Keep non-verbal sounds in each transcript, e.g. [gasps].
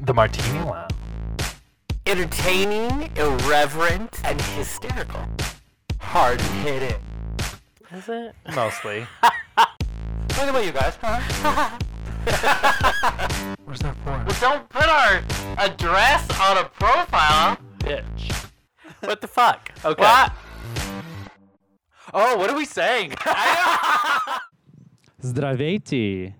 The Martini Lounge. Entertaining, irreverent, and hysterical. Hard hitting. Is it? [laughs] Mostly. What about you guys? Huh? Where's that for? well, don't put our address on a profile. Bitch. What the fuck? Okay. What? Oh, what are we [laughs] saying? [laughs] Zdraveti.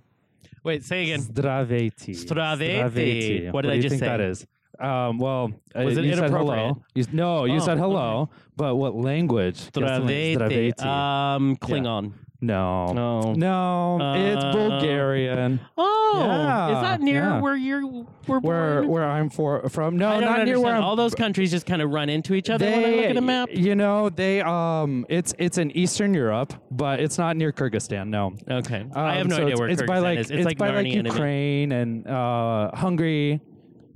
Wait, say again. Zdraveti. Zdraveti. Zdraveti. What did I do you just think say? that is? Um, well, uh, Was it you said inappropriate? hello. You, s- no, you Oh, said hello, but what language? Guess the language. Dravete. Um, Klingon. no. No. No, it's Uh, Bulgarian. Oh, Yeah, is that near yeah. where you were Where born? where I'm for from? No, I don't not understand. near where I'm All those countries just kind of run into each other when I look at a map. You know, they um, it's it's in Eastern Europe, but it's not near Kyrgyzstan. No, Okay, um, I have no so idea it's, where it's Kyrgyzstan by like is. It's, it's like by like Narnia and a- Ukraine and uh, Hungary.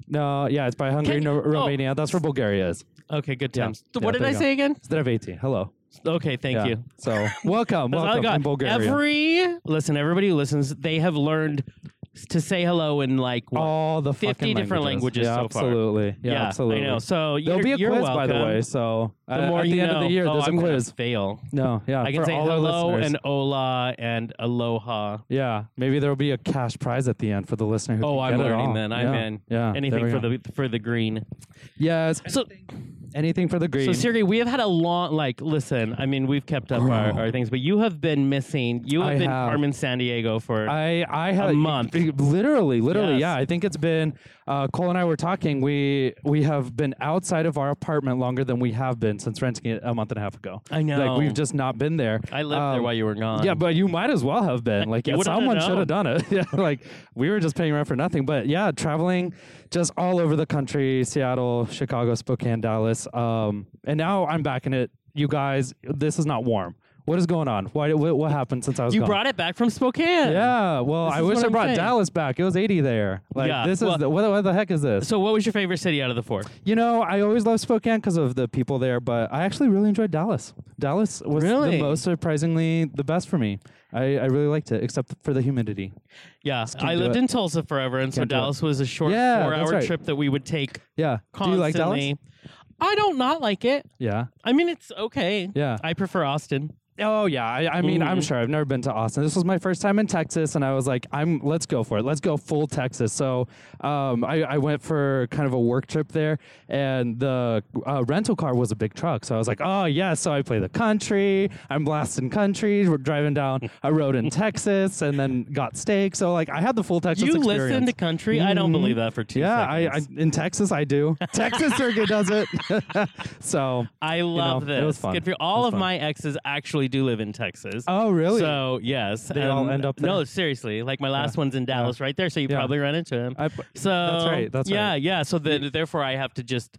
No, yeah, it's by Hungary, Can- no, oh. Romania. That's where Bulgaria is. Okay, good Yeah. times. Yeah, what did there I you go. say again? Zdraveti. Hello. Okay, thank Yeah. you. [laughs] So welcome, That's all I welcome got. in Bulgaria. Every listen, everybody who listens, they have learned s- to say hello in like what, all the 50 fucking different languages Yeah, so far. absolutely. Oh, Yeah, absolutely. I know. So you're, There'll be a you're quiz, by welcome. the way. So The uh, more at the you end know, of the year, oh, there's I'm a gonna quiz. Fail. No, yeah. I can Uh, for say all hello our listeners. and ola and aloha. Yeah, maybe there will be a cash prize at the end for the listener. Who Oh, can I'm get it learning all. then. I'm yeah. in. Yeah, there Anything we for go. the for the green. yes, So anything for the so green. Siri, we have had a long like listen, I mean we've kept up our, Bro. our things, but you have been missing you have I been have. Carmen San Diego for I I have month. Literally, literally, Yes. yeah. I think it's been. Uh, Cole and I were talking. We we have been outside of our apartment longer than we have been since renting it a month and a half ago. I Like we've know. just not been there. I lived there Um, while you were gone. Yeah, but you might as well have [laughs] been. Like You yeah, would've someone known. should have done it. [laughs] yeah, like we were just paying rent for nothing. But yeah, traveling just all over the country, Seattle, Chicago, Spokane, Dallas. Um, and now I'm back in it. You guys, this is not warm. What is going on? Why, what, what happened since I was you gone? brought it back from Spokane. Yeah, well, This I is wish what I I'm brought saying. Dallas back. It was 80 there. Like Yeah, this is well- the, what, what the heck is this? So what was your favorite city out of the four? You know, I always love Spokane because of the people there, but I actually really enjoyed Dallas. Dallas was Really? the most surprisingly the best for me. I, I really liked it, except for the humidity. Yeah, can't I do lived it. in Tulsa forever, and so Can't do it. Dallas was a short Yeah, that's four-hour right. trip that we would take Yeah. constantly. Do you like Dallas? I don't not like it. Yeah. I mean, it's okay. Yeah. I prefer Austin. Oh yeah. I, I mean, I'm Mhm. sure I've never been to Austin. This was my first time in Texas, and I was like, I'm let's go for it. Let's go full Texas. So um, I, I went for kind of a work trip there, and the uh, rental car was a big truck. So I was like, oh yeah. So I play the country. I'm blasting country. We're driving down a road in Texas, and then got steak. So like, I had the full Texas. you experience. listen to country? I don't Mhm. believe that for two Yeah, I, I seconds. in Texas I do. [laughs] Texas circuit does it. [laughs] so I, love know, this. it was fun. Good for you. It All was of fun. my exes actually do live in Texas. oh really? So yes, They all and- end up No, there? seriously. Like my last one's in Dallas, right there. So you Yeah. probably run into him. I- so right, that's yeah, right. yeah. So then, therefore, I have to just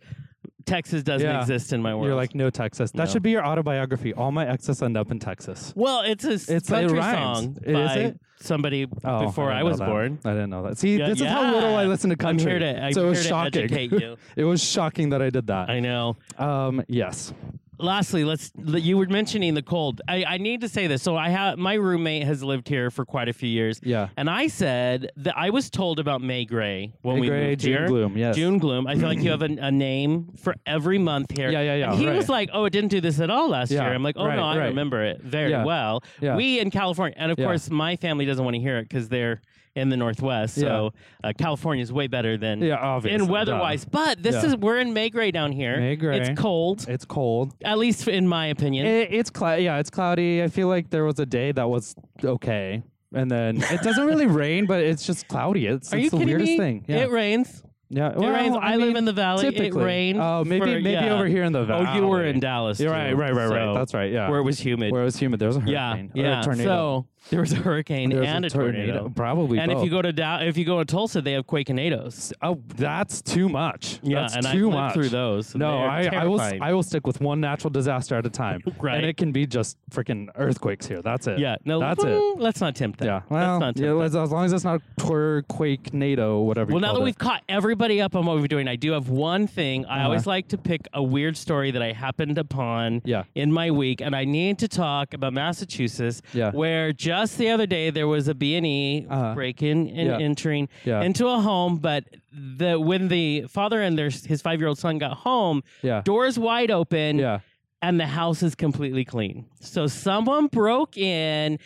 Texas doesn't Yeah. exist in my world. You're like no Texas. That No. should be your autobiography. All my exes end up in Texas. well, it's a s- It's- it country rhymes. song It- is by it? Oh, somebody before didn't I, know was that. born. I didn't know that. See, Yeah, this is how little I yeah. listen to I'm country. here to- I'm so it was here to shocking. educate you. [laughs] it was shocking that I did that. I know. um, yes. Lastly, let's. You were mentioning the cold. I, I need to say this. So I have my roommate has lived here for quite a few years. Yeah. And I said that I was told about May Gray when May we Gray, moved June here. Gloom, yes. June Gloom. I feel like you have a, a name for every month here. Yeah, yeah, yeah, And he right. was like, "Oh, it didn't do this at all last Yeah, year." I'm like, "Oh right, no, I right. remember it very Yeah, well." yeah. We in California, and of Yeah. course, my family doesn't want to hear it because they're in the Northwest. So uh, California is way better than Yeah, obviously, in duh. weather wise. But this Yeah. is we're in May Gray down here. May Gray. It's cold. It's cold. At least in my opinion. It, it's cl- yeah, it's cloudy. I feel like there was a day that was okay. And then it doesn't [laughs] really rain, but it's just cloudy. It's, Are it's you the kidding weirdest me? thing. Yeah. It rains. yeah. It rains. I, live in the valley. typically. It rained. Oh, maybe for- maybe yeah. over here in the valley. Oh, you were in Dallas. Yeah, too, right, right, right, right. so- That's right. Yeah. Where it was humid. Where it was humid. There was a yeah, hurricane. or a yeah. tornado. So there was a hurricane There was and a a tornado. tornado. Probably And if both. you go to Dal- if you go to Tulsa, they have quakenados. Oh, that's too much. Yeah, that's and I too lived much. through those. No, They're I, I will. s- terrifying. I will stick with one natural disaster at a time. [laughs] Right. and it can be just freaking earthquakes here. That's it. Yeah. No. that's [laughs] it. mm, Let's not tempt that. Yeah. let's Well, not tempt yeah, that. let's- as long as it's not a quake, NATO, whatever. Well, you now that called we've it. caught everybody everybody up on what we're doing. I do have one thing. I always like to pick a weird story that I happened upon Uh-huh. Yeah. in my week, and I need to talk about Massachusetts, Yeah. where just the other day there was a B&E Uh-huh. break-in and Yeah. entering Yeah. into a home, but the when the father and their, his five-year-old son got home, Yeah. doors wide open, Yeah. and the house is completely clean. So someone broke in,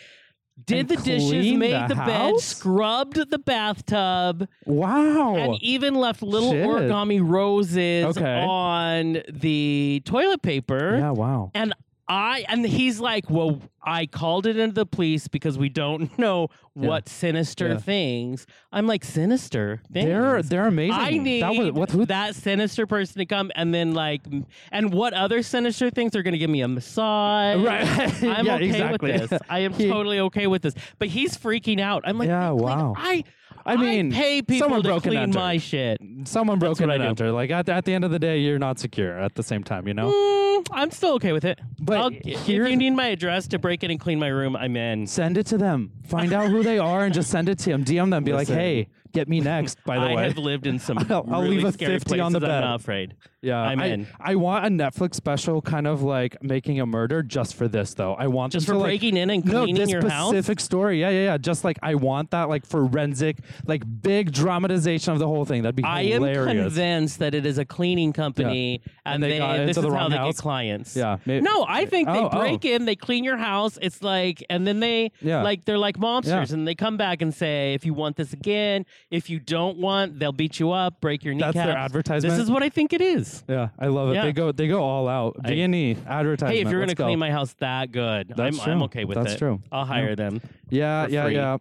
did And the dishes, cleaned made the the, bed, house? scrubbed the bathtub, Wow. and even left little Shit. origami roses Okay. on the toilet paper. Yeah. Wow. And I and he's like, "Well, I called it into the police because we don't [laughs] know Yeah. what sinister Yeah. things." I'm like, "Sinister things." They're they're amazing. I need that that, was what who sinister person to come, and then like, m- and what other sinister things are going to give me a massage? Right. [laughs] I'm Yeah, okay exactly. with this. I [laughs] am He- totally okay with this. But he's freaking out. I'm like, Yeah, "They clean- wow. I, I mean, pay people someone to broke and clean entered. my shit. someone broke in what and I do. entered. Like at, at the end of the day, you're not secure at the same time, you know? Mm, I'm still okay with it. But I'll, if here- you need my address to break in and clean my room, I'm in. Send it to them. Find out who they are and just send it to them. DM them. Be like, Listen. hey, get me next, by the I way. [laughs] have lived in some I'll- I'll really leave a scary 50 places. on the bed. I'm not afraid. yeah. I'm I, in. I want a Netflix special kind of like making a murder just for this though. I want Just them for to, like- breaking in and no, cleaning this your house? specific story. Yeah, yeah, yeah. Just like I want that like forensic, like big dramatization of the whole thing. That'd be I am hilarious. convinced that it is a cleaning company, and, And they they, got this into the is how wrong they house? get clients. Yeah, may- no, I think Oh, they oh. break in, they clean your house. It's like, and then they Yeah. like they're like monsters, and they come back and say, if you want this again, if you don't want, they'll beat you up, break your That's kneecaps. their advertisement? This is what I think it is. Yeah, I love it. Yeah. They go they go all out. I- B and E advertisement. Hey, if you're Let's go. gonna clean my house that good, That's I'm, I'm true. okay with That's it. true. I'll hire them. Yeah, for yeah, free. yeah.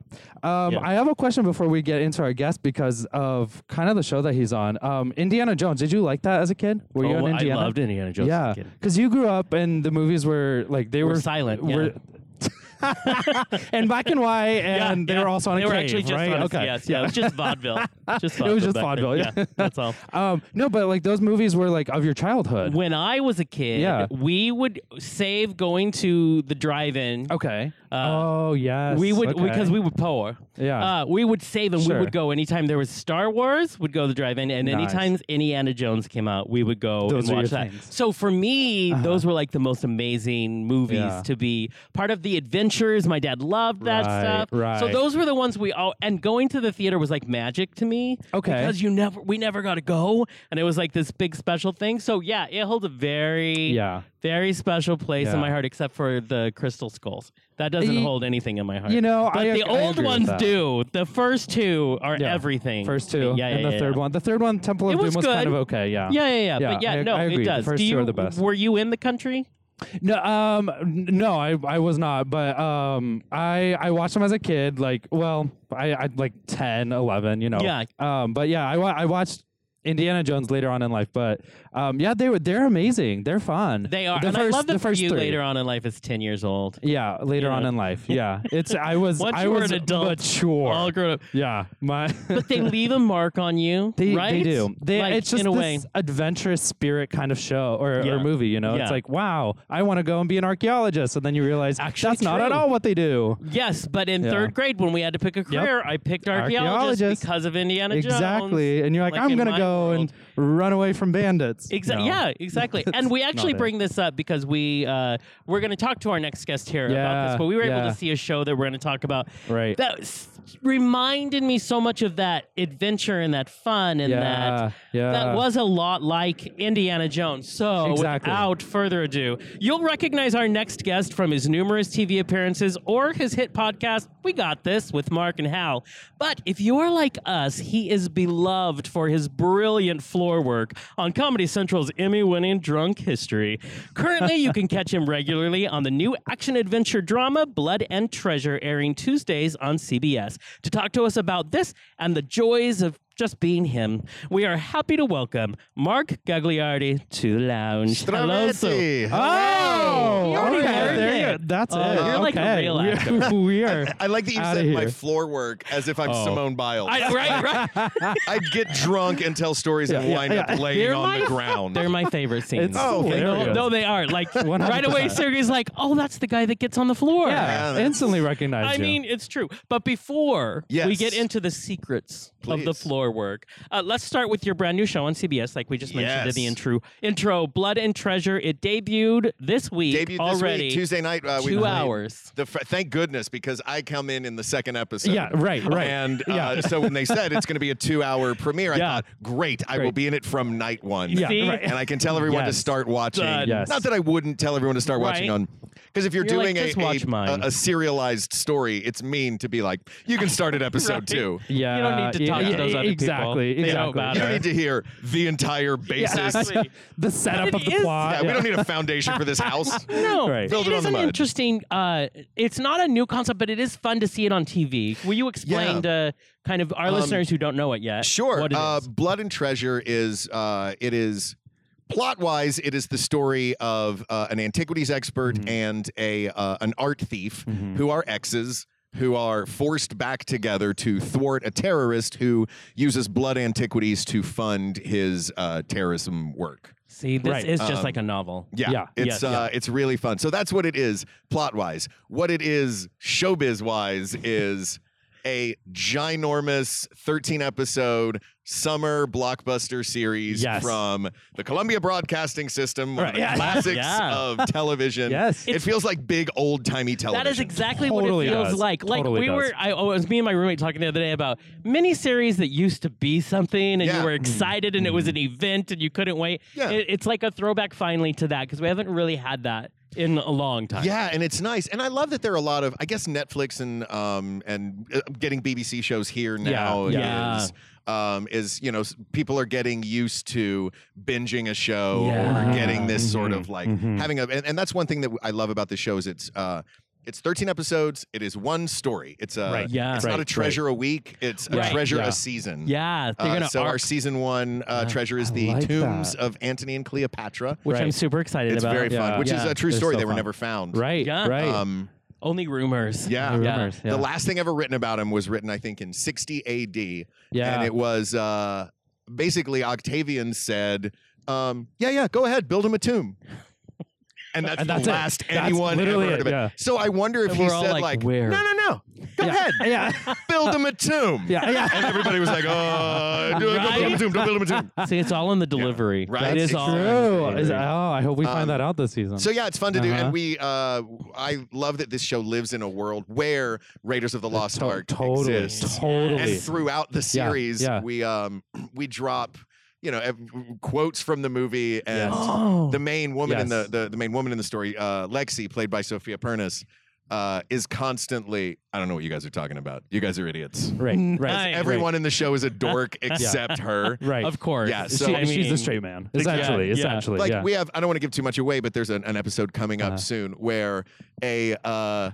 Um, Yeah. I have a question before we get into our guest because of kind of the show that he's on. Um, Indiana Jones. Did you like that as a kid? Were you oh, an I Indiana? loved Indiana Jones. yeah, Kid. because you grew up and the movies were like they were, Were silent, [laughs] and black and white, and they [laughs] yeah. were also on a They were cave, actually just right? on a- okay, yes, yeah, it was [laughs] just vaudeville. Just It was just back then. vaudeville, yeah. that's all. Um, no, but like those movies were like of your childhood. When I was a kid, Yeah. we would save going to the drive-in. okay. Uh, oh yes. We would because okay. we were poor. Yeah. Uh, we would save and Sure. we would go anytime there was Star Wars. Would go to the drive-in, and Nice. anytime Indiana Jones came out, we would go Those and are your watch that. things. Uh-huh. So for me, those were like the most amazing movies Yeah. to be part of the adventures. My dad loved that Right, stuff. So right. those were the ones we all and going to the theater was like magic to me. Okay. Because you never we never got to go, and it was like this big special thing. So yeah, it holds a very yeah. very special place Yeah. in my heart, except for the crystal skulls. That doesn't Ye- hold anything in my heart. You know, but I, the I old agree with ones that. do. The first two are Yeah. everything. First Yeah, two, yeah, and yeah, the yeah. third one. The third one, Temple of It Doom, was was kind good. of okay. Yeah. Yeah, yeah, yeah. Yeah, But yeah, I- no, I it agree. The does. first do two you, are the best. Were you in the country? No, um, n- no, I, I was not, but um, I, I watched them as a kid. Like, well, I, I like 10, 11, you know. Yeah. Um, but yeah, I, wa- I watched Indiana Jones later on in life, but um, yeah, they were they're amazing. They're fun. They are. The and first, I love the that first you three. later on in life is ten years old. Yeah, later on know. in life. Yeah, it's I was [laughs] Once I you were was an adult, mature. All grown up. yeah, my. [laughs] But they leave a mark on you, They, right? they do. They, Like, it's just in a this way. adventurous spirit kind of show or, Yeah. or movie. You know, Yeah. it's like wow, I want to go and be an archaeologist, and then you realize Actually that's not at true. all what they do. Yes, but in Yeah. third grade when we had to pick a career, I picked archaeologist, Archaeologist. because of Indiana Jones. Exactly, and you're like, Like I'm in gonna my go world. and run away from bandits. Exactly. No. Yeah, [laughs] exactly. And we actually it. bring this up because we uh, we're going to talk to our next guest here about Yeah, this. But we were yeah. able to see a show that we're going to talk about. Right. That s- reminded me so much of that adventure and that fun and Yeah, that yeah. that was a lot like Indiana Jones. So Exactly. without further ado, you'll recognize our next guest from his numerous TV appearances or his hit podcast We Got This with Mark and Hal. But if you're like us, he is beloved for his brilliant floor work on Comedy Central's Emmy-winning Drunk History. Currently, you can catch him regularly on the new action adventure drama Blood and Treasure airing Tuesdays on CBS. To talk to us about this and the joys of just being him, we are happy to welcome Mark Gagliardi to the lounge. Hello, sir. Stravetti. Oh, You already okay, heard there it. you go. That's Oh, it. you're like a okay. real We are- [laughs] we are. I like that you Outta said my here. Oh. floor work as if I'm Simone Biles. I, I, [laughs] right, right. would get drunk and tell stories and Yeah, wind yeah, up laying They're on my- the ground. [laughs] They're my favorite scenes. It's Oh, okay. no, hilarious. no, they are. [laughs] Like right away, 100%. Sergey's like, "Oh, that's the guy that gets on the floor." yeah, that's- instantly recognize I you. mean, it's true. But before we Yes. get into the secrets of the Please. floor your work. Uh, let's start with your brand new show on CBS, like we just mentioned in the Yes. intro. Intro, Blood and Treasure. It debuted this week Debuted already. this week, Tuesday night. Uh, we two played hours. The fr- thank goodness because I come in in the second episode. Yeah, right, right. And uh, Yeah. so when they said it's going to be a two-hour premiere, I Yeah. thought, great, I will Great. be in it from night one. Yeah, See? right. and I can tell everyone Yes. to start watching. Done. Yes. Not that I wouldn't tell everyone to start watching Right. on, because if you're, You're like, doing a- "Just watch a, mine." a, serialized story, it's mean to be like, you [laughs] can start at episode two. Yeah, You don't need to talk yeah, to those other exactly, people. They know Exactly, about You it. [laughs] don't need to hear the entire basis. [laughs] Exactly. the setup But of it the is- plot. Yeah, we don't need a foundation [laughs] for this house. No, Right. Build it it on is the an mud. interesting. Uh, it's not a new concept, but it is fun to see it on TV. Will you explain Yeah. Um, to kind of our listeners who don't know it yet? Sure. what it uh, is? Blood and Treasure is uh, it is plot wise, it is the story of uh, an antiquities expert and a uh, an art thief who are exes. Who are forced back together to thwart a terrorist who uses blood antiquities to fund his uh, terrorism work? See, this Right. is just Um, like a novel. Yeah, Yeah. it's Yeah, uh, it's really fun. So that's what it is plot wise. What it is showbiz wise is a ginormous 13 episode summer blockbuster series Yes. from the Columbia Broadcasting System, one of Right. the [laughs] Yeah. classics Yeah. of television. Yes. it feels like big old timey television. That is exactly what Totally it feels does. like. Like Totally we does. were, I, oh, it was me and my roommate talking the other day about miniseries that used to be something, and you Yeah. Mm. were excited, and it was an Mm. event, and you couldn't wait. Yeah. It- it's like a throwback finally to that because we haven't really had that in a long time. Yeah, and it's nice, and I love that there are a lot of. I guess Netflix and um and uh, getting BBC shows here now yeah. is um is you know s- people are getting used to binging a show Yeah. Mm-hmm. or getting this sort Mhm, of like mhm. having a and, and that's one thing that I love about the show is it's uh it's 13 episodes. It is one story. It's a Right, yeah. It's right, not a right. treasure a week. It's a Right. treasure Yeah. a season. yeah. They're Uh, gonna so our arc, season one uh, treasure is I the like tombs that. of Antony and Cleopatra. which I'm Right. super excited It's about. very Yeah. fun, which is Yeah. a true They're story. so They were fun. never found. Right, Yeah. right. Um, Only rumors. yeah. The Yeah. rumors, yeah. The last thing ever written about him was written, I think, in 60 AD. Yeah. And it was uh, basically Octavian said, um, Yeah, yeah, go ahead, build him a tomb. And that's And the that's it. last That's anyone ever literally heard it, of it. yeah. So I wonder if And he we're all said, like, like, "Where?" No, no, no, go ahead, [laughs] yeah, build him a tomb. yeah, yeah. And everybody was like, [laughs] Oh, don't build him a tomb, don't build him a [laughs] tomom See, it's all in the delivery. Right. It is It's all. True. Is- oh, Yeah. I hope we find Um, that out this season. So yeah, it's fun to do, Uh-huh. and we. Uh, I love that this show lives in a world where Raiders of the Lost To- Ark totally, exists, totally. and throughout the Yeah, series, yeah. we um [clears throat] we drop you know ev- quotes from the movie and [gasps] Oh. the main woman in the, Yes. the the main woman in the story, uh, Lexi, played by Sophia Pernis, uh, is constantly. I don't know what you guys are talking about. You guys are idiots. Right, right, Nice. Everyone in the [laughs] show is a dork except her. right. Of course. Yeah, She- so- I she's mean, the straight man, essentially. yeah. Essentially, like yeah. we have i don't want to give too much away but there's an, an episode coming up Uh-huh. soon where a uh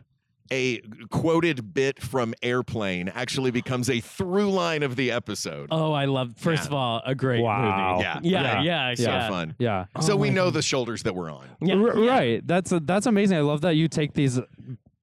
a quoted bit from airplane actually becomes a through line of the episode Oh, I love. First Yeah. of all, a great Wow. movie. Yeah. Yeah. Yeah. Yeah. so fun yeah. so Oh we my know the shoulders that we're on Yeah, R- yeah. Right. That's that's amazing. I love that you take these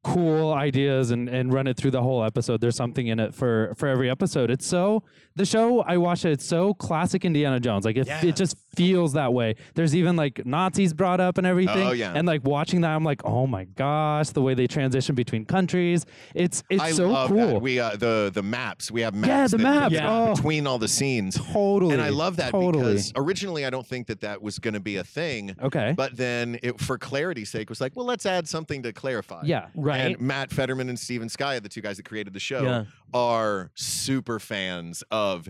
cool ideas and, and run it through the whole episode. There's something in it for for every episode. It's so the show I watch it, it's so classic Indiana Jones. Like it, Yeah. it just feels that way. There's even like Nazis brought up and everything. Oh, yeah. And like watching that I'm like, "Oh my gosh, the way they transition between countries. It's it's I so love cool." that. We uh, the the maps. We have maps. Yeah, the that- maps. Yeah. Oh. between all the scenes. totally. And I love that Totally. because originally I don't think that that was going to be a thing. Okay. But then, it, for clarity's sake, was like, well, let's add something to clarify. yeah. [laughs] Right. And Matt Fetterman and Steven Sky, the two guys that created the show, Yeah. are super fans of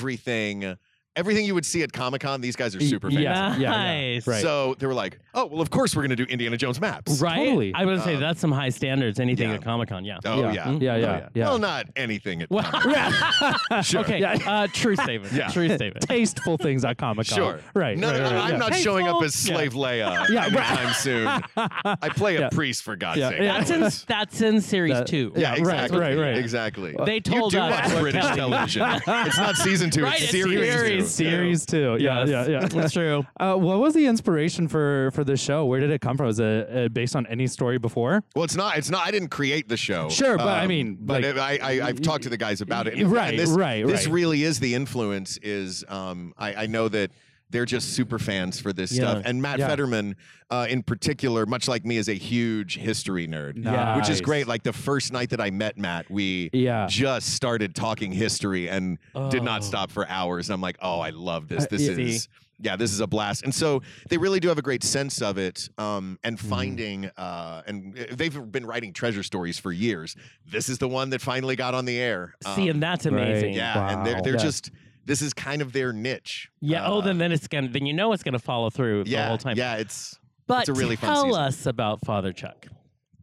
everything. Everything you would see at Comic Con, these guys are Y- super fans. yeah. Nice. yeah, right. So they were like, "Oh, well, of course we're going to do Indiana Jones maps." Right. Totally. I would say Um, that's some high standards. Anything yeah. at Comic Con. Yeah. Oh yeah. Yeah. Mm-hmm. Yeah, Oh, yeah, yeah. Oh Well, not anything at [laughs] Well, Comic-Con. Sure. Okay. Yeah. Uh, [laughs] true statement. Yeah. True statement. Tasteful things at Comic Con. Sure. Right. No, right, no, right, no, right, I'm yeah. not Hey, showing up Paul. as slave Leia [laughs] Yeah, right. anytime soon. I play a priest for God's Yeah. sake. Yeah. That's in. please. [laughs] [laughs] That's in series That- two. yeah, right, exactly. right, right. Exactly. They you told do us watch what British Kelly- television. it's not season [laughs] two. Right, it's it's series, series. two. series two. Yeah, Yes. yeah, [laughs] yeah. That's [laughs] true. Uh, what was the inspiration for for this show? Where did it come from? Is it uh, based on any story before? Well, it's not. It's not. I didn't create the show. um, Sure, but I mean, but like- it- I, I I've talked to the guys about it. and- Right, and this, right, This right. really is the influence. Is um, I I know that They're just super fans for this Yeah. stuff. And Matt Yeah. Fetterman, uh, in particular, much like me, is a huge history nerd, Yeah. which is Nice. great. Like the first night that I met Matt, we Uh, Yeah. [laughs] just started talking history and did not Oh. stop for hours. And I'm like, oh, I love this. Uh, This yeah. is, yeah, this is a blast. And so they really do have a great sense of it um, and Mm-hmm. finding, uh, and they've been writing treasure stories for years. This is the one that finally got on the air. See, Um, and that's Right. amazing. yeah, and they're, Wow. they're Yeah. just, this is kind of their niche. Yeah. Uh, oh, then then it's gonna then you know it's gonna follow through yeah, the whole time. Yeah, it's, But a really fun tell season. us about Father [laughs] Chuck.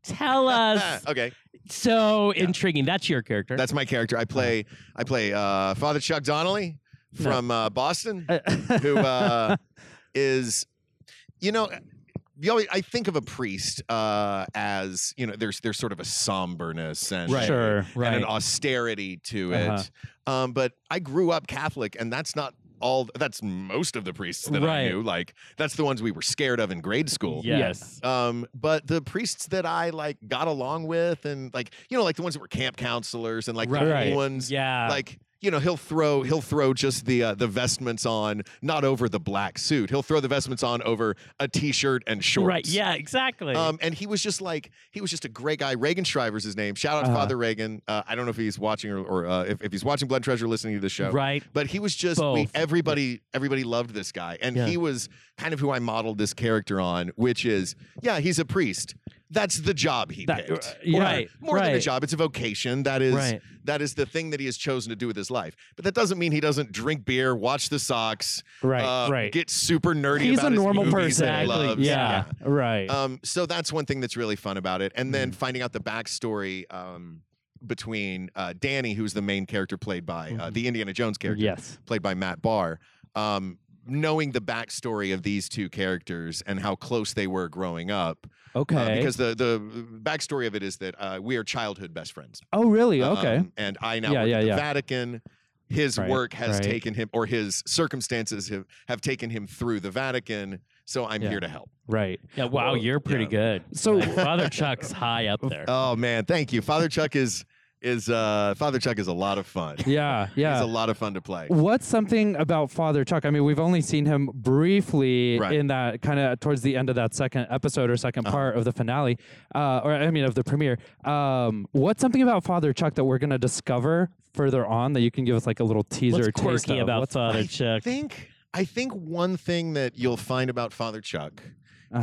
Tell ah, us. okay. so intriguing. That's your character. That's my character. I play, I play uh, Father Chuck Donnelly from uh, Boston. [laughs] who uh, is, you know, eh, you always, I think of a priest uh, as you know, there's there's sort of a somberness and Right. Sure, and an right. Uh-huh. austerity to it. Um, but I grew up Catholic, and that's not all. That's most of the priests that I Right. knew. Like that's the ones we were scared of in grade school. yes. Um, but the priests that I like got along with, and like you know, like the ones that were camp counselors, and like the Right. cool ones, Yeah. like you know he'll throw he'll throw just the uh, the vestments on not over the black suit he'll throw the vestments on over a t-shirt and shorts Right. Yeah. Exactly. um, and he was just like he was just a great guy. Reagan Shriver's his name. Shout out Uh-huh. Father Reagan. Uh, I don't know if he's watching or, or uh, if, if he's watching Blood Treasure, listening to the show. Right. But he was just we, Both. everybody. Everybody loved this guy, and Yeah. he was kind of who I modeled this character on, which is yeah, he's a priest. That's the job he That- uh, picked. yeah. Or Right, More than a right. job, it's a vocation. That is Right. that is the thing that he has chosen to do with his life. But that doesn't mean he doesn't drink beer, watch the socks, Right, uh, right. get super nerdy. He's about a his normal movies that he person. loves. yeah, Mm-hmm. right. Um, so that's one thing that's really fun about it. And then finding out the backstory um, between uh, Danny, who's the main character played by uh, Mm-hmm. the Indiana Jones character, yes. played by Matt Barr, um, knowing the backstory of these two characters and how close they were growing up. Okay. Uh, because the, the backstory of it is that uh, we are childhood best friends. oh, really? Okay. Um, and I now Yeah, work yeah, at the yeah. Vatican. His Right, work has right. taken him, or his circumstances have, have taken him through the Vatican. So I'm Yeah. here to help. right. yeah. Wow. well, you're pretty yeah. good. So- Like, Father Chuck's high up there. Oh man, thank you. Father Chuck is is uh Father Chuck is a lot of fun. [laughs] Yeah. Yeah. He's a lot of fun to play. What's something about Father Chuck? I mean, we've only seen him briefly Right. Uh-huh. in that kind of towards the end of that second episode or 2nd part of the finale, uh, or I mean, of the premiere. Um, what's something about Father Chuck that we're going to discover further on that you can give us like a little teaser What's taste quirky of? about What's- Father I Chuck? think I think one thing that you'll find about Father Chuck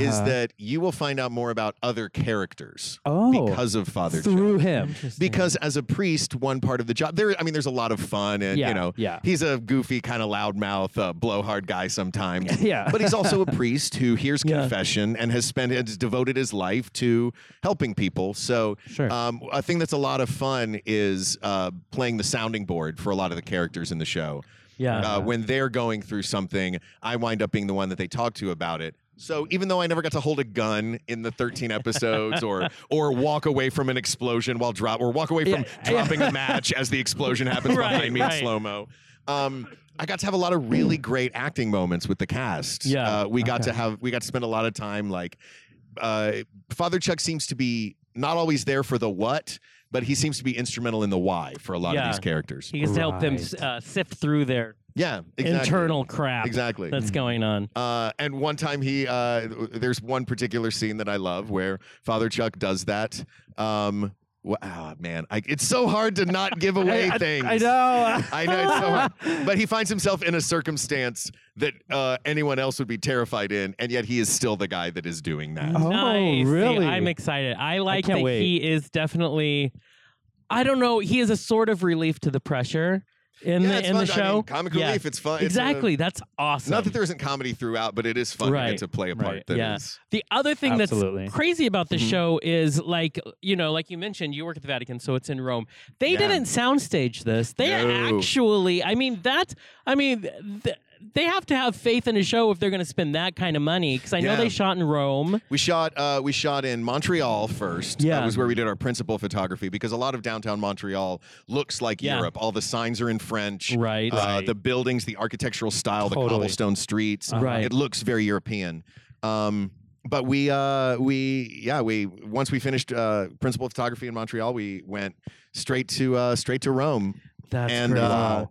is Uh-huh. that you will find out more about other characters oh because of Father Chuck. through [laughs] him? Because as a priest, one part of the job there I mean there's a lot of fun and Yeah, you know yeah. he's a goofy kind of loudmouth uh, blowhard guy sometimes. [laughs] Yeah. but he's also a priest who [laughs] hears Yeah. confession and has spent has devoted his life to helping people. So, Sure. um, a thing that's a lot of fun is uh, playing the sounding board for a lot of the characters in the show. Yeah. Uh, when they're going through something, I wind up being the one that they talk to about it. So Mm-hmm. even though I never got to hold a gun in the 13 episodes, or [laughs] or walk away from an explosion while drop, or walk away from dropping a match as the [laughs] explosion happens Right, behind me in right. slow mo, um, I got to have a lot of really great acting moments with the cast. Yeah, uh, we got to have we got to spend a lot of time like uh, Father Chuck seems to be not always there for the what, but he seems to be instrumental in the why for a lot Yeah. of these characters. he gets to help them Right. uh, sift through their Yeah, exactly. internal crap Exactly. that's going on. Uh, and one time he, uh, there's one particular scene that I love where Father Chuck does that. Um, wow, man, I, it's so hard to [laughs] not give away I, things. I [laughs] know. I know it's so hard. But he finds himself in a circumstance that uh, anyone else would be terrified in, and yet he is still the guy that is doing that. Oh, nice. See, really? I'm excited. I like can't that wait. he is definitely. I don't know. He is a sort of relief to the pressure in Yeah, the it's in the fun. I mean, show. comic Yeah. relief, it's fun. It's a- Exactly. That's awesome. Not that there isn't comedy throughout, but it is fun to Right, get to play a part right, that is yeah. The other thing Absolutely. that's crazy about the Mhm. show is like you know, like you mentioned, you work at the Vatican, so it's in Rome. They Yeah. didn't soundstage this. They No. actually, I mean, that, I mean, th- they have to have faith in a show if they're going to spend that kind of money because I Yeah. know they shot in Rome. We shot uh, we shot in Montreal first. Yeah. that was where we did our principal photography because a lot of downtown Montreal looks like Yeah. Europe. All the signs are in French. Right. Uh, The buildings, the architectural style, the Totally. cobblestone streets. Uh-huh. Right. It looks very European. Um, but we uh, we yeah we once we finished uh, principal photography in Montreal, we went straight to uh, straight to Rome That's and crazy. uh,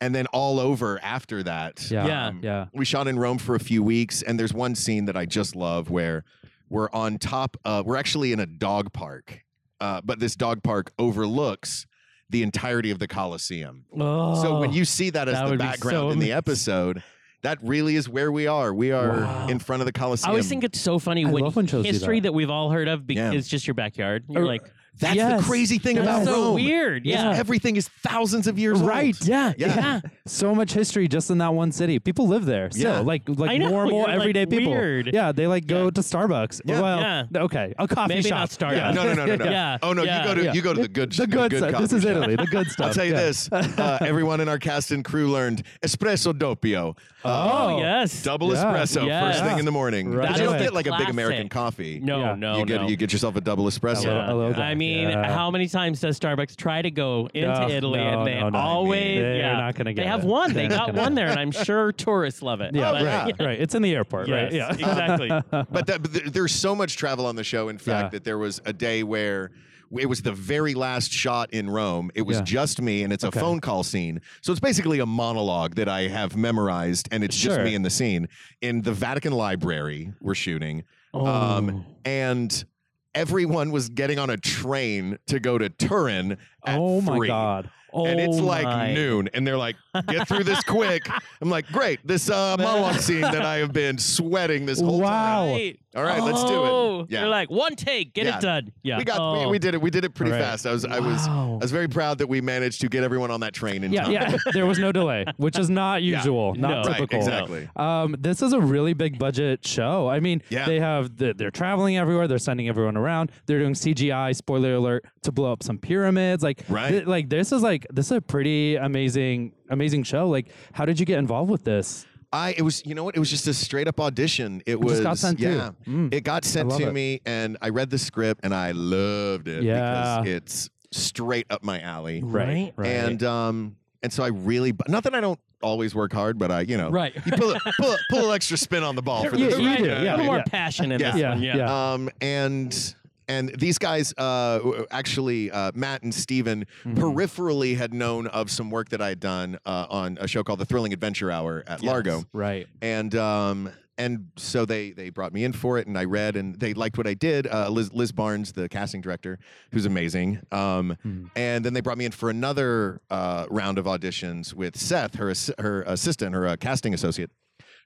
and then all over after that. Yeah. Yeah. Um, Yeah. We shot in Rome for a few weeks, and there's one scene that I just love where we're on top. Of, we're actually in a dog park, uh, but this dog park overlooks the entirety of the Colosseum. Oh, so when you see that as that the would be background so in the episode, that really is where we are. We are Wow. in front of the I Colosseum. always think it's so funny I when love when shows do history that. Er, that. we've all heard of be- Yeah. is just your backyard. You're Or- like, that's Yes. the crazy thing that's about so Rome. weird. is Yeah. everything is thousands of years Right. old. Yeah. Yeah. yeah. So much history just in that one city. People live there. Still, Yeah. like I like know, normal you're, like, everyday people. weird. Yeah, they like go Yeah. to Starbucks. Yeah. Well, Yeah. okay, a coffee Maybe shop. not Starbucks. Yeah. No, no, no, [laughs] no, no. Yeah. Oh no, Yeah. you go to Yeah. you go to the good The good, the stuff. This coffee is shop. Italy. The good stuff. I'll tell you Yeah. this: [laughs] uh, everyone in our cast and crew learned espresso doppio, uh, Oh, yes. double Yeah. espresso Yes. first thing in the morning. Right. But you don't That's get the like a big American classic. coffee. No, Yeah. no, you get no. you get yourself a double espresso. Yeah. Hello, hello I there. mean, Yeah. how many times does Starbucks try to go into No, Italy no, and they no, no. always They're yeah, not gonna they get have it. one. They They're not got gonna- one there, and I'm sure tourists love it. Yeah, But- right, [laughs] right. It's in the airport, right? Yes, Yeah. [laughs] [laughs] exactly. but, that, but th- there's so much travel on the show. In fact, Yeah. that there was a day where it was the very last shot in Rome. It was Yeah. just me, and it's Okay. a phone call scene. So it's basically a monologue that I have memorized, and it's just Sure. me in the scene in the Vatican Library. We're shooting, Oh. um, and everyone was getting on a train to go to Turin. At oh my three. god. Oh and it's like my. noon and they're like get through this [laughs] quick i'm like great this uh, monologue scene that i have been sweating this whole Wow. time Right. all right let's do Oh, it yeah They're like one take, get Yeah. it done. Yeah, we got Oh. we, we did it we did it pretty All right. fast i was i was i was very proud that we managed to get everyone on that train in Yeah, time [laughs] yeah. there was no delay, which is not Yeah. usual, No. not right typical. exactly Um, this is a really big budget show. I mean, Yeah. they have the, they're traveling everywhere. They're sending everyone around. They're doing CGI. Spoiler alert to blow up some pyramids. Like, Right. thi- like this is like this is a pretty amazing, amazing show. Like, how did you get involved with this? I it was you know what it was just a straight up audition. It It was just got sent to you. yeah. Mm. It got sent love to it. me and I read the script and I loved it Yeah. because it's straight up my alley. Right. right. And um and so I really bu- not that I don't always work hard, but I you know Right. you pull a, pull a, pull an extra spin on [laughs] the ball for Yeah, this. you one, do, know a what I yeah. little mean? more passion in Yeah. this Yeah, one. Yeah, yeah. Um, and and these guys, uh, w- actually, uh, Matt and Steven peripherally had known of some work that I had done uh, on a show called The Thrilling Adventure Hour at Largo, right. and um, and so they they brought me in for it, and I read, and they liked what I did. Uh, Liz, Liz Barnes, the casting director, who's amazing, um, Hmm. Mhm. and then they brought me in for another uh, round of auditions with Seth, her ass- her assistant, her uh, casting associate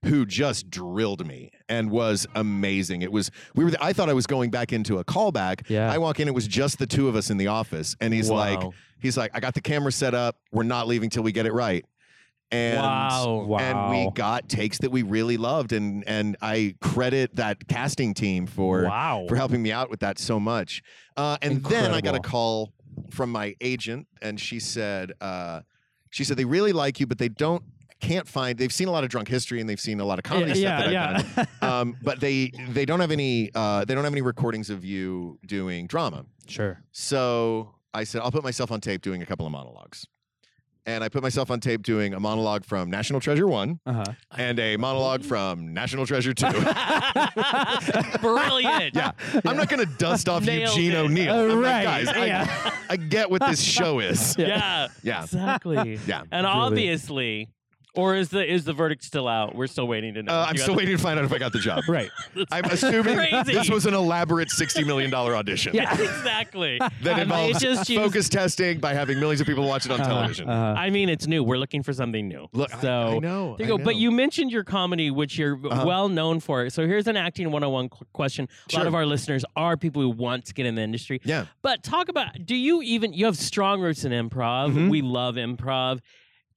who just drilled me and was amazing. It was we were. I thought I was going back into a callback. Yeah. I walk in. It was just the two of us in the office, and [laughs] he's like, Wow. he's like, I got the camera set up. We're not leaving till we get it right. And Wow. Wow. and we got takes that we really loved, and and I credit that casting team for wow. for helping me out with that so much. Uh, and then I got a Incredible. call from my agent, and she said, uh, she said they really like you, but they don't can't find. They've seen a lot of drunk history, and they've seen a lot of comedy yeah, stuff that yeah. [laughs] I've done. Um, but they they don't have any uh, they don't have any recordings of you doing drama. Sure. So I said I'll put myself on tape doing a couple of monologues. And I put myself on tape doing a monologue from National Treasure One Uh huh. and a monologue from National [laughs] Treasure Two. [laughs] Brilliant. Yeah. [laughs] I'm not going to dust off Nailed Eugene it. O'Neill. Oh, I'm like, right. guys, I- Yeah. [laughs] I, get what this show [laughs] is. Yeah. Yeah. Exactly. Yeah. And obviously, or is the is the verdict still out? We're still waiting to know. Uh, I'm You still got waiting to find out if I got the job. [laughs] Right. I'm [laughs] assuming Crazy. this was an elaborate $60 million audition the- [laughs] [laughs] exactly. that I may involves just use- focus testing by having millions of people watch it on television. Uh-huh. I mean, it's new. We're looking for something new. Look, I- so I, know. There I you go. But know. Uh-huh. you mentioned your comedy, which you're well known for. So here's an acting 101 qu- question. A lot Sure. of our listeners are people who want to get in the industry. Yeah. But talk about do you even, you have strong roots in improv. Mhm. We love improv.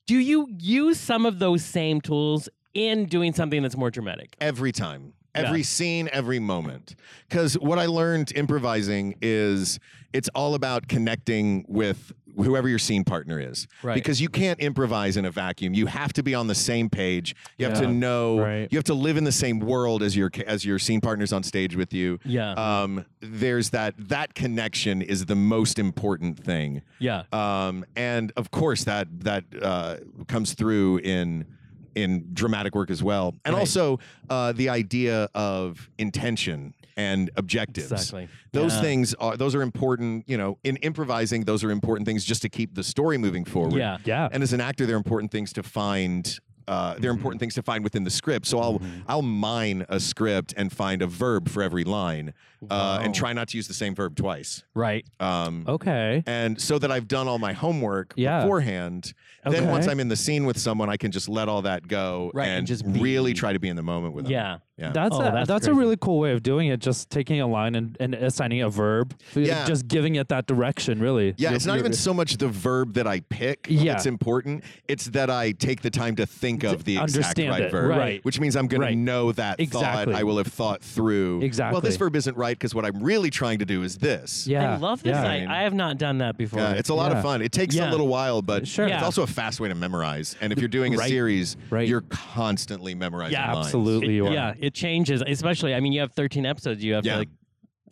Do you use some of those same tools in doing something that's more dramatic? every time Yeah. every scene every moment because what i learned improvising is it's all about connecting with whoever your scene partner is Right. because you can't improvise in a vacuum you have to be on the same page you have to Yeah. know Right. you have to live in the same world as your ca- as your scene partners on stage with you Yeah. um, there's that that connection is the most important thing yeah. um, and of course that that uh, comes through in in dramatic work as well, and Right. also uh, the idea of intention and objectives. Exactly. Those Yeah. things are those are important. You know, in improvising, those are important things just to keep the story moving forward. Yeah. Yeah. And as an actor, they're important things to find. Uh, they're important things to find within the script. So I'll I'll mine a script and find a verb for every line, uh, and try not to use the same verb twice. right. Um, Okay. and so that I've done all my homework Yeah. beforehand. Then once Okay. I'm in the scene with someone, I can just let all that go Right, and and, just be. really try to be in the moment with them. Yeah. Yeah. That's Oh, a, that's that's, a crazy. really cool way of doing it. Just taking a line and, and assigning a verb. Yeah. Just giving it that direction. Really. Yeah, You're- it's not you're- even so much the verb that I pick Yeah. that's important. It's that I take the time to think of the exact understand right it, verb, right. which means I'm going Right. to know that Exactly. thought. I will have thought through. Well, Exactly. this verb isn't right because what I'm really trying to do is this. Yeah. I love this. yeah. I, I have not done that before. Yeah, it's a lot Yeah. Uh, of fun. It takes Yeah. a little while, but Sure. Yeah. it's also a fast way to memorize. And if you're doing a Right. series, Right. you're constantly memorizing Yeah, lines. Absolutely. you are. yeah, it changes. Especially, I mean, you have 13 episodes. You have to Yeah. like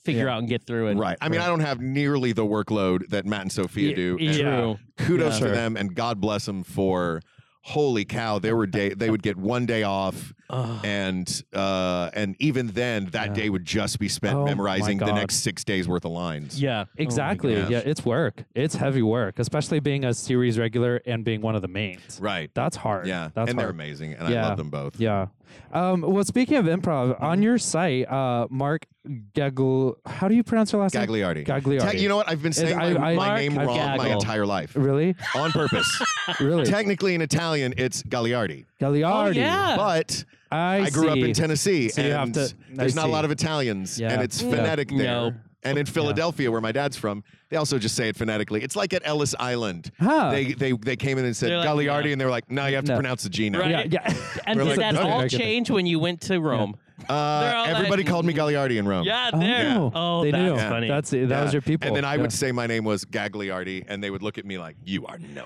figure Yeah. out and get through it. Right. I mean, I don't have nearly the workload that Matt and Sophia Y- do. yeah. and True. Kudos Sure. to them, and God bless them for. Holy cow! There were day they would get one day off, Ugh. and uh, and even then, that Yeah. day would just be spent Oh, my memorizing the God. next six days worth of lines. Yeah. Exactly. Oh gosh. yeah. It's work. It's heavy work, especially being a series regular and being one of the mains. Right. That's hard. Yeah. That's hard. and they're amazing, and Yeah. I love them both. Yeah. Um, well, speaking of improv, Mm-hmm. on your site, uh, Mark Gaggle, how do you pronounce your last Gagliardi. name? Gagliardi. Te- you know what? I've been saying I- my, I- my Mark name wrong my Gaggle. entire life [laughs] Really? [laughs] on purpose. Really? Technically, in Italian, it's Gagliardi, Gagliardi. Oh, yeah. but Ah. I, I, grew up see. in Tennessee, So and you have to- there's I not see. a lot of Italians, Yeah. and it's Mm. phonetic there. No. And in Philadelphia, where my dad's from, they also just say it phonetically. It's like at Ellis Island. Huh. They, they they came in and said They're like, Gagliardi, no. and they were like, "No, you have to No. pronounce the G now." Right. Yeah. Uh, [laughs] Yeah. And We're did like, that okay, all I get it. change when you went to Rome? They're Uh, all everybody like, called me Gagliardi in Rome. Yeah, Oh, there. Oh, they that's knew. funny. That's that Yeah. was your people. And then I yeah. would say my name was Gagliardi, and they would look at me like, "You are no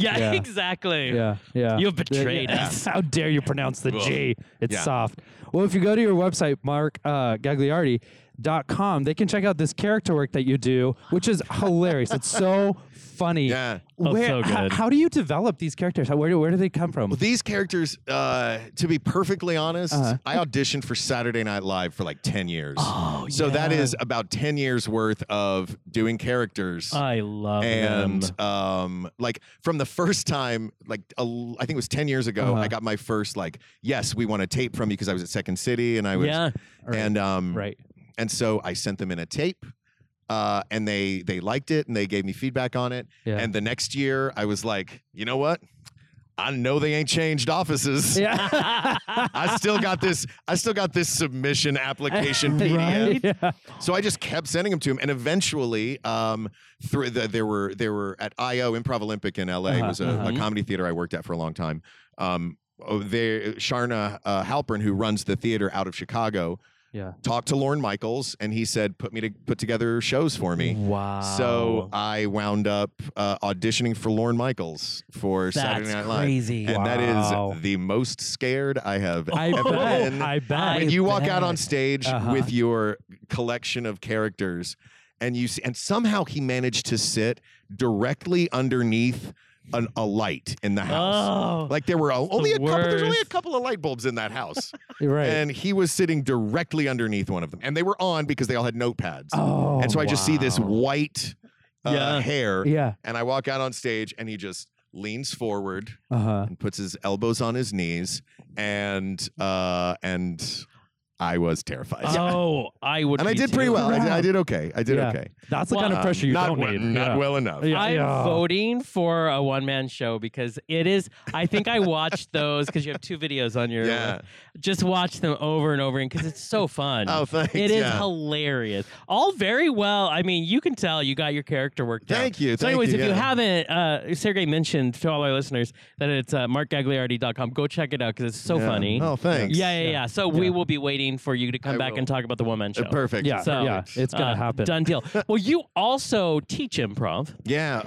[laughs] yeah, Yeah. exactly. Yeah, yeah. You've betrayed Yeah. us. How dare you pronounce the G? It's Yeah. soft. Well, if you go to your website, Mark uh, Gagliardi. Dot com. They can check out this character work that you do, which is hilarious. it's so funny. Yeah. Oh, Where, so h- How, good. do you develop these characters? How, where, do, where do they come from? Well, these characters, uh, to be perfectly honest, Uh-huh. I auditioned for Saturday Night Live for like 10 years. Oh, so that is about 10 years worth of doing characters. I love them. and um, like from the first time, like a l- I think it was 10 years ago, Uh-huh. I got my first, like, yes, we want a tape from you because I was at Second City and I was. Yeah. And, um, right. and so I sent them in a tape. Uh, and they they liked it and they gave me feedback on it. Yeah. And the next year I was like, you know what? I know they ain't changed offices. yeah. I still got this. I still got [laughs] this submission application PDF. Right? Yeah. So I just kept sending them to him, and eventually, um, through the, there were there were at IO Improv Olympic in LA Uh-huh, was a, a comedy theater I worked at for a long time. Um, oh, there, Sharna uh, Halpern, who runs the theater out of Chicago, Yeah. talked to Lorne Michaels, and he said, "Put me to put together shows for me." Wow. So I wound up uh, auditioning for Lorne Michaels for Saturday Night Live. crazy. And Wow. that is the most scared I have I ever bet. been. I bet. when you walk out on stage Uh-huh. with your collection of characters, and you see, and somehow he managed to sit directly underneath an, a light in the house. Oh. Like there were a- only the a couple. There's only a worst. couple of light bulbs in that house, [laughs] right. and he was sitting directly underneath one of them. And they were on because they all had notepads. oh, and so I just see this wow. white uh, Yeah. hair, Yeah. and I walk out on stage, and he just leans forward Uh huh. and puts his elbows on his knees and uh and I was terrified. Oh, I would. And I be did too. pretty well. I did, I Wow. did okay. I did Yeah. okay. That's the kind of Um, pressure you not don't well, need. Not Yeah. well enough. Yeah. I'm Yeah. voting for a one man show because it is. I think I watched those because you have two videos on your. Yeah. Just watch them over and over again because it's so fun. Oh, thanks. It is yeah. hilarious. All very well. I mean, you can tell you got your character worked out. Thank you, So, thank anyways, you, if you yeah. haven't, uh, Sergey mentioned to all our listeners that it's uh, markgagliardi.com. Go check it out because it's so Yeah. funny. Oh, thanks. Yeah, yeah, yeah. So we will be waiting for you to come I back will. and talk about the one man show. Uh, Perfect. Yeah. So- yeah. It's gonna Uh, happen. Done [laughs] deal. well, you also teach improv. Yeah.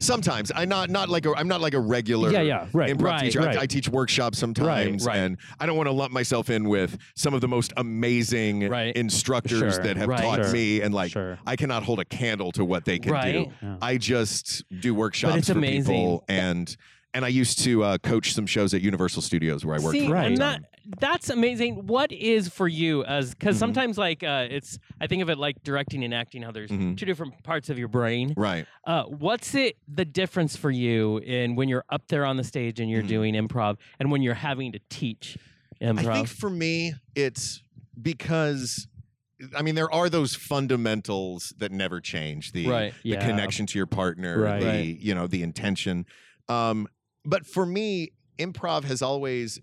Sometimes I not not like a, I'm not like a regular Yeah, yeah, right, improv right, teacher. I- right. I, teach workshops sometimes, right. and I don't want to lump myself in with some of the most amazing Right. instructors Sure, that have right. taught Sure, me, and like sure. I cannot hold a candle to what they can Right. do. I just do workshops it's for amazing. people, and and I used to uh, coach some shows at Universal Studios where I worked. See, for a and that long time. that's amazing. What is for you as because Mm-hmm. sometimes like uh, it's I think of it like directing and acting. How there's Mhm. two different parts of your brain. Right. Uh, what's it the difference for you in when you're up there on the stage and you're Mhm. doing improv and when you're having to teach improv? I think for me, it's because I mean there are those fundamentals that never change. The right. the Yeah. connection to your partner, Right. the Right. you know the intention. Um, but for me, improv has always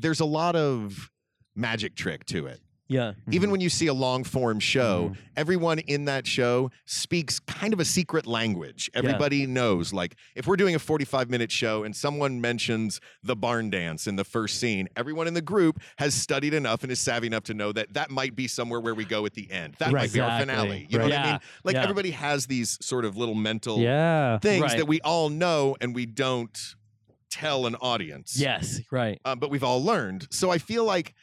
there's a lot of magic trick to it. Yeah. Even when you see a long form Mm-hmm. show, everyone in that show speaks kind of a secret language. Everybody knows. Like, if we're doing a 45 minute show and someone mentions the barn dance in the first scene, everyone in the group has studied enough and is savvy enough to know that that might be somewhere where we go at the end. That might be our Exactly. finale. You know Right. what I Yeah. mean? Like, Yeah. everybody has these sort of little mental yeah. things Right. that we all know and we don't tell an audience Yes. Right. um, but we've all learned. So I feel like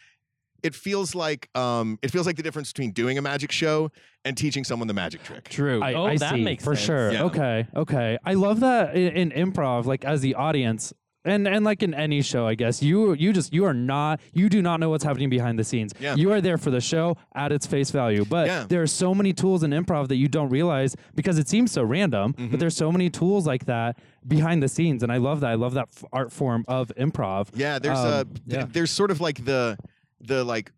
it feels like um, it feels like the difference between doing a magic show and teaching someone the magic trick. True. I, oh, I that see, makes for sense. sure. Yeah. Okay, okay. I love that in, in improv, like as the audience, and and like in any show, I guess you you just you are not you do not know what's happening behind the scenes. Yeah. You are there for the show at its face value, but Yeah. there are so many tools in improv that you don't realize because it seems so random. Mm-hmm. But there's so many tools like that behind the scenes, and I love that. I love that f- art form of improv. Yeah, there's Um, uh yeah. there's sort of like the the like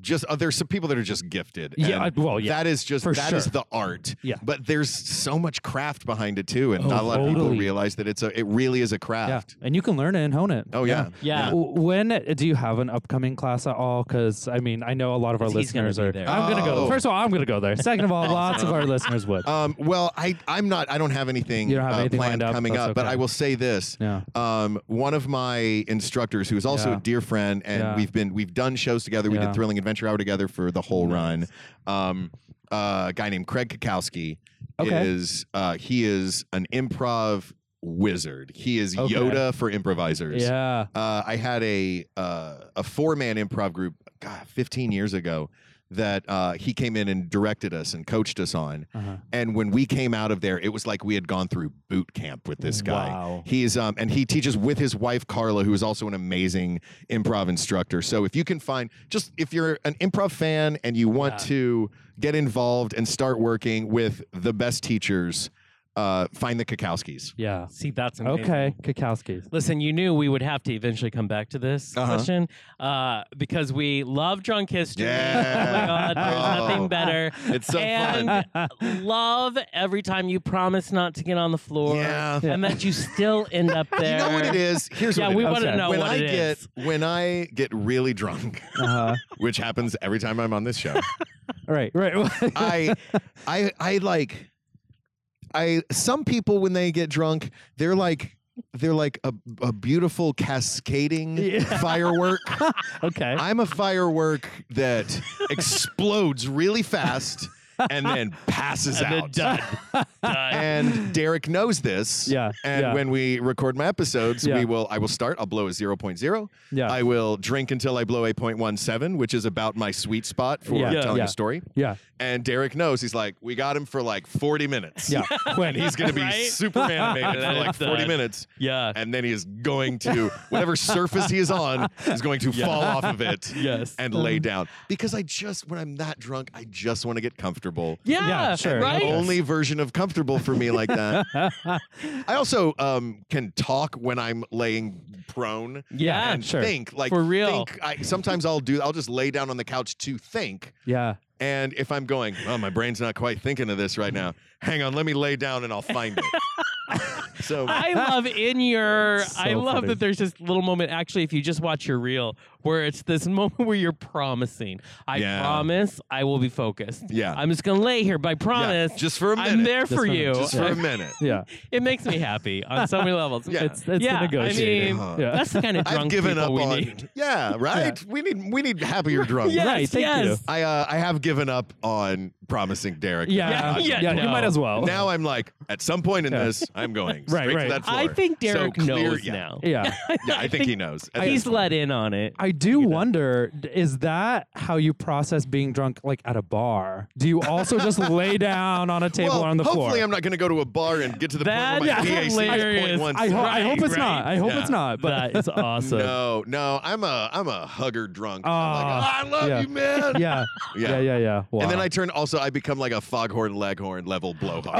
just uh, there's some people that are just gifted. Yeah, and I- well, yeah, that is just that for is sure. the art. Yeah. but there's so much craft behind it too, and Oh, not a lot of people totally. realize that it's a it really is a Yeah, craft. and you can learn it and hone it. Oh yeah. Yeah. W- When do you have an upcoming class at all? Because I mean, I know a lot of our 'Cause he's gonna listeners be are. there. I'm gonna go. Oh. First of all, I'm gonna go there. Second of all, lots of our listeners [laughs] would. Um, well, I I'm not I don't have anything, You don't have uh, anything planned lined up? coming That's up, but okay. I will say this. Yeah. um, one of my instructors who is also Yeah. a dear friend and Yeah. we've been we've done shows together we Yeah. did thrilling adventure hour together for the whole run um, uh, a guy named craig kakowski Okay. is uh, he is an improv wizard he is Okay. yoda for improvisers Yeah. uh, I had a uh, a four man improv group, God, 15 years ago, that uh, he came in and directed us and coached us on. Uh-huh. And when we came out of there, it was like we had gone through boot camp with this guy. Wow. He's um, and he teaches with his wife Carla, who is also an amazing improv instructor. So if you can find just if you're an improv fan and you want to get involved and start working with the best teachers, uh, find the Kakowskis. Yeah. See, that's amazing. Okay. Kakowski. Listen, you knew we would have to eventually come back to this Uh-huh. question uh, because we love drunk history. Yeah. Oh my God, there's Oh. [laughs] nothing better. It's so fun. and love every time you promise not to get on the floor Yeah. and that you still end up there. [laughs] You know what it is. Here's Yeah, what it we is. want to Okay. know when what I it get is. when I get really drunk, [laughs] Uh-huh. which happens every time I'm on this show, All right. Right. [laughs] I I I like I some people when they get drunk, they're like they're like a, a beautiful cascading Yeah. [laughs] firework. okay. I'm a firework that explodes really fast and then passes And out. [laughs] then done. And Derek knows this. Yeah, And yeah. when we record my episodes, Yeah. we will I will start, I'll blow a 0.0. Yeah. I will drink until I blow a 0.17, which is about my sweet spot for Yeah. Yeah. telling Yeah. a story. yeah. And Derek knows he's like, we got him for like 40 minutes. [laughs] Yeah. And [laughs] he's going to be Right? super animated [laughs] for That like is 40 done. minutes. yeah. And then he is going to, whatever surface he is on, is going to fall off of it Yes. and lay down. Because I just, when I'm that drunk, I just want to get comfortable. Yeah, Yeah, sure. Right? The only version of comfortable for me like that. I also um, can talk when I'm laying prone yeah. and sure. think like For real. Think, I, sometimes I'll do. I'll just lay down on the couch to think. Yeah. And if I'm going, oh, my brain's not quite thinking of this right now. Hang on, let me lay down and I'll find it. so I love in your. So I love funny. that there's this little moment. Actually, if you just watch your reel, where it's this [laughs] moment where you're promising, "I Yeah. promise I will be focused. Yeah. I'm just gonna lay here, but I yeah, promise. just for a minute. I'm there for for a you. minute. Just for a minute. Yeah. [laughs] it makes me happy on so many levels. Yeah. It's it's Yeah, the I negotiating. mean- Uh-huh. yeah. That's the kind of drunk I've given people up we on. need. Yeah, right. We need we need happier drunk. Yes, Right, thank yes. you. I uh, I have given up on promising Derek. Yeah. Yeah, Yeah. yeah, You no. might as well. Now I'm like, at some point in Yeah. this, I'm going Right, straight to right. that floor. I think So Derek clear- knows yeah. now. [laughs] Yeah. Yeah, I think he knows. at He's this point. let in on it. I do wonder d- is that how you process being drunk like at a bar? Do you also just lay down on a table well, or on the hopefully floor? I'm not going to go to a bar and get to the point where That's my DAC is hilarious. 0.1. I, ho- I Right, hope it's right. not. I hope Yeah. it's not. But [laughs] That is awesome. No, no, I'm a I'm a hugger drunk. I'm like, Ah, "Ah, I love yeah. you, man. [laughs] yeah. Yeah. yeah. Yeah. Yeah. Wow. And then I turn also I become like a foghorn leghorn level blowhard. [laughs]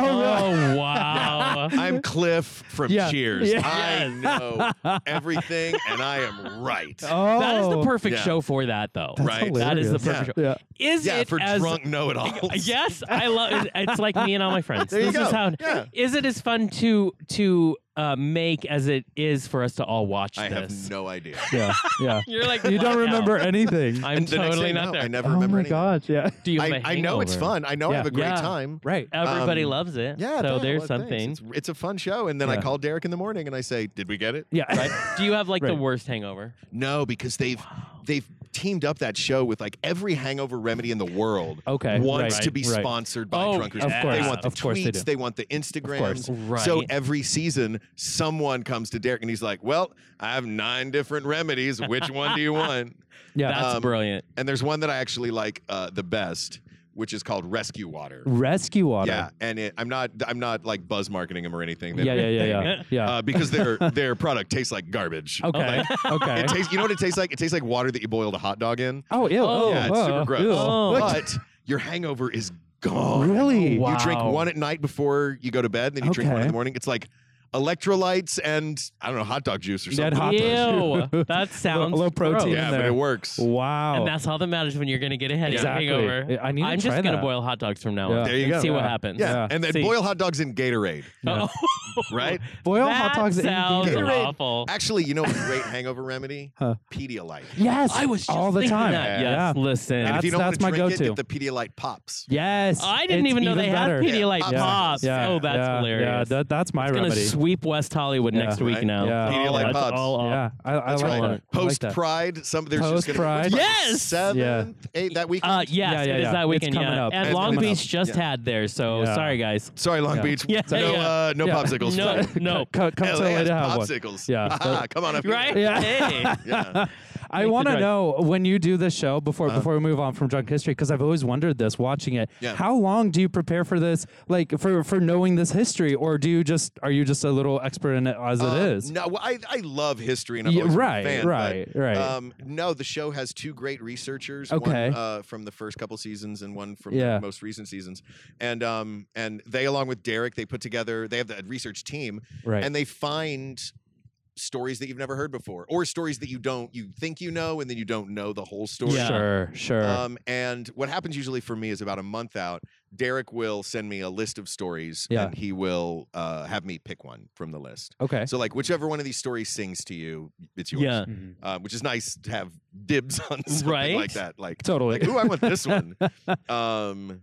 [laughs] Oh wow! [laughs] I'm Cliff from Yeah. Cheers. Yeah. I know everything and I am right. Oh. That is the perfect Yeah. show for that, though. That's Right. That is the hilarious. perfect Yeah. show. Is yeah, it for as [laughs] drunk know it alls. Yes, I love. It's like me and all my friends. [laughs] There you this is go. how. Yeah. Is it as fun to to uh, make as it is for us to all watch I this? have no idea. Yeah. Yeah. You're like You don't "Fuck hell." [laughs] remember anything. I'm And the next totally thing I not know, there. I never oh remember my anything. gosh. Yeah. Do you have I, a I know it's hangover? fun. I know I Yeah. have a great Yeah. time. Right. Everybody Um, loves it. Yeah. So no, there's well, thanks. something. It's, it's a fun show. And then I Yeah. call Derek in the morning and I say, Did we get it? Yeah. [laughs] Right? Do you have like the Right. worst hangover? No, because they've they've teamed up that show with like every hangover remedy in the world. Okay, wants right, to be right. sponsored by Oh, drunkards. of they course, want the of course tweets, they do. want the course. Instagrams. Right. So every season, someone comes to Derek and he's like, "Well, I have nine different remedies. Which [laughs] one do you want?" [laughs] Yeah. That's Um, brilliant. And there's one that I actually like uh, the best, which is called Rescue Water. Rescue water. Yeah, and it, I'm not I'm not like buzz marketing them or anything. They- Yeah. Yeah. Yeah. [laughs] Yeah. yeah. Uh, [laughs] because their their product tastes like garbage. okay. Like, [laughs] oh, okay. it tastes. You know what it tastes like? It tastes like water that you boiled a hot dog in. oh, ew. Oh, Oh, yeah, it's oh, super gross. ew. Oh. What? But your hangover is gone. Really? Wow. You drink one at night before you go to bed, then you drink one in Okay. the morning. It's like electrolytes and I don't know, hot dog juice or Dead something. hot dog. [laughs] Ew, that sounds low protein. gross. yeah, but there. it works. Wow. And that's how that matters when you're going to get a headache Exactly. hangover. I need to I'm just try gonna that. boil hot dogs from now Yeah. on. There you and go. See what Yeah. happens. Yeah, Yeah. and then See. boil hot dogs in Gatorade, Yeah. right? [laughs] Boil that hot dogs. in sounds Gatorade. Gatorade. awful. Actually, you know, a [laughs] great hangover remedy, Huh. Pedialyte. Yes. I was just all the thinking time. That. Yeah. Yes, listen. and if you don't that's- want to that's my drink it, go-to. get the Pedialyte pops. Yes. I didn't it's even know they better. had Pedialyte [laughs] Yeah. pops. Yeah. oh, that's yeah, hilarious. Yeah. That, that's my It's gonna remedy. sweep West Hollywood Yeah. next week Right? now. Yeah. All Pedialyte that's pods. all off. Yeah. I, I That's like right. that. I like Post that. Pride, some there's just gonna Post-Pride. be Yes! seventh, eighth that week. Uh, yes, Yeah, yeah, it is yeah. that It's weekend. coming yeah. up. And It's Long coming up. Beach just Yeah. had theirs, so Yeah. sorry guys. Sorry, Long Beach. Yeah, no, yeah. Uh, no Yeah. popsicles. [laughs] No, today. no, Co- Come to LA has LA to have one. popsicles. [laughs] Yeah. Aha, come on up. here. right? Yeah. Hey. [laughs] Yeah. I Make the want to drive. know when you do this show before before we move on from drunk history because I've always wondered this watching it. Uh-huh. Yeah. How long do you prepare for this? Like for for knowing this history, or do you just are you just a little expert in it as Um, it is? No, well, I, I love history and I'm Yeah, always been a right, fan, but, right, right. Um, no, the show has two great researchers. Okay. One uh, from the first couple seasons and one from the Yeah. most recent seasons, and um, and they along with Derek, they put together. They have the research team, Right. and they find stories that you've never heard before, or stories that you don't you think you know, and then you don't know the whole story. Yeah. Sure. Sure. Um, and what happens usually for me is about a month out, Derek will send me a list of stories Yeah. and he will uh, have me pick one from the list. okay. So, like, whichever one of these stories sings to you, it's yours. Yeah. Uh, which is nice to have dibs [laughs] on something Right? like that. Like, totally. like, ooh, [laughs] I want this one. um,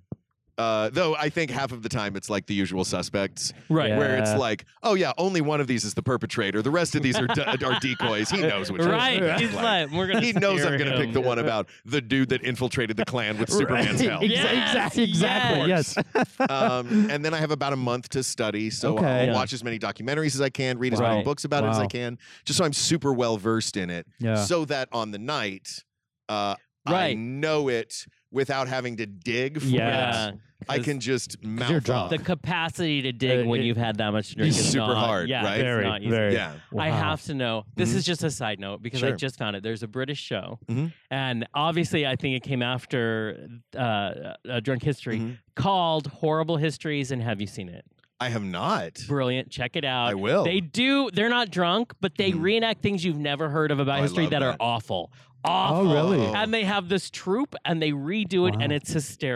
uh, though I think half of the time it's like the usual suspects, Right. where it's Yeah. like, oh yeah, only one of these is the perpetrator. The rest of these are de- are decoys. He knows which. one Right. is He's like- like, we're gonna [laughs] he knows I'm spear going to him. pick the one about the dude that infiltrated the Klan [laughs] with Superman's help. Exa- Yes, exact- exactly. yes. Yes. Um, and then I have about a month to study, so Okay. I'll Yeah. watch as many documentaries as I can, read as many Right. books about it as I Wow. can, just so I'm super well versed in it, Yeah. so that on the night, uh, I Right. know it without having to dig for Yeah. it. I can just mouth you're off. drunk. The capacity to dig Uh, when it- you've had that much to drink is super not- hard, yeah, right? it's Very, not easy. very. Yeah. I Wow. have to know. This Mhm. is just a side note because I Sure. just found it. There's a British show, Mhm. and obviously, I think it came after uh, uh, Drunk History Mhm. called Horrible Histories. And have you seen it? I have not. Brilliant. Check it out. I will. They do. They're not drunk, but they Mhm. reenact things you've never heard of about Oh, I history love that, are that. awful. Awful. really? Oh. And they have this troupe and they redo it, and Wow. it's